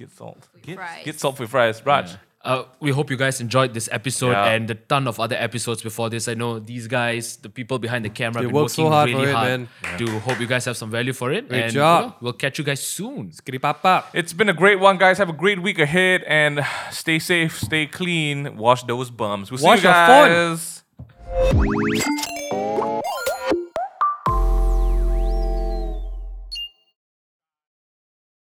[SPEAKER 1] get salt get,
[SPEAKER 4] fries.
[SPEAKER 1] get salt with fries raj
[SPEAKER 3] Uh, we hope you guys enjoyed this episode
[SPEAKER 1] Yeah.
[SPEAKER 3] and the ton of other episodes before this. I know these guys, the people behind the camera, have been
[SPEAKER 2] worked so
[SPEAKER 3] working
[SPEAKER 2] hard for
[SPEAKER 3] really
[SPEAKER 2] it,
[SPEAKER 3] hard
[SPEAKER 2] man.
[SPEAKER 3] to hope you guys have some value for it.
[SPEAKER 2] Great
[SPEAKER 3] and
[SPEAKER 2] job.
[SPEAKER 3] yeah, we'll catch you guys soon.
[SPEAKER 2] Skripapa.
[SPEAKER 1] it's been a great one guys have a great week ahead and stay safe stay clean wash those bums we'll
[SPEAKER 2] Wash
[SPEAKER 1] see you
[SPEAKER 2] your phone.
[SPEAKER 1] guys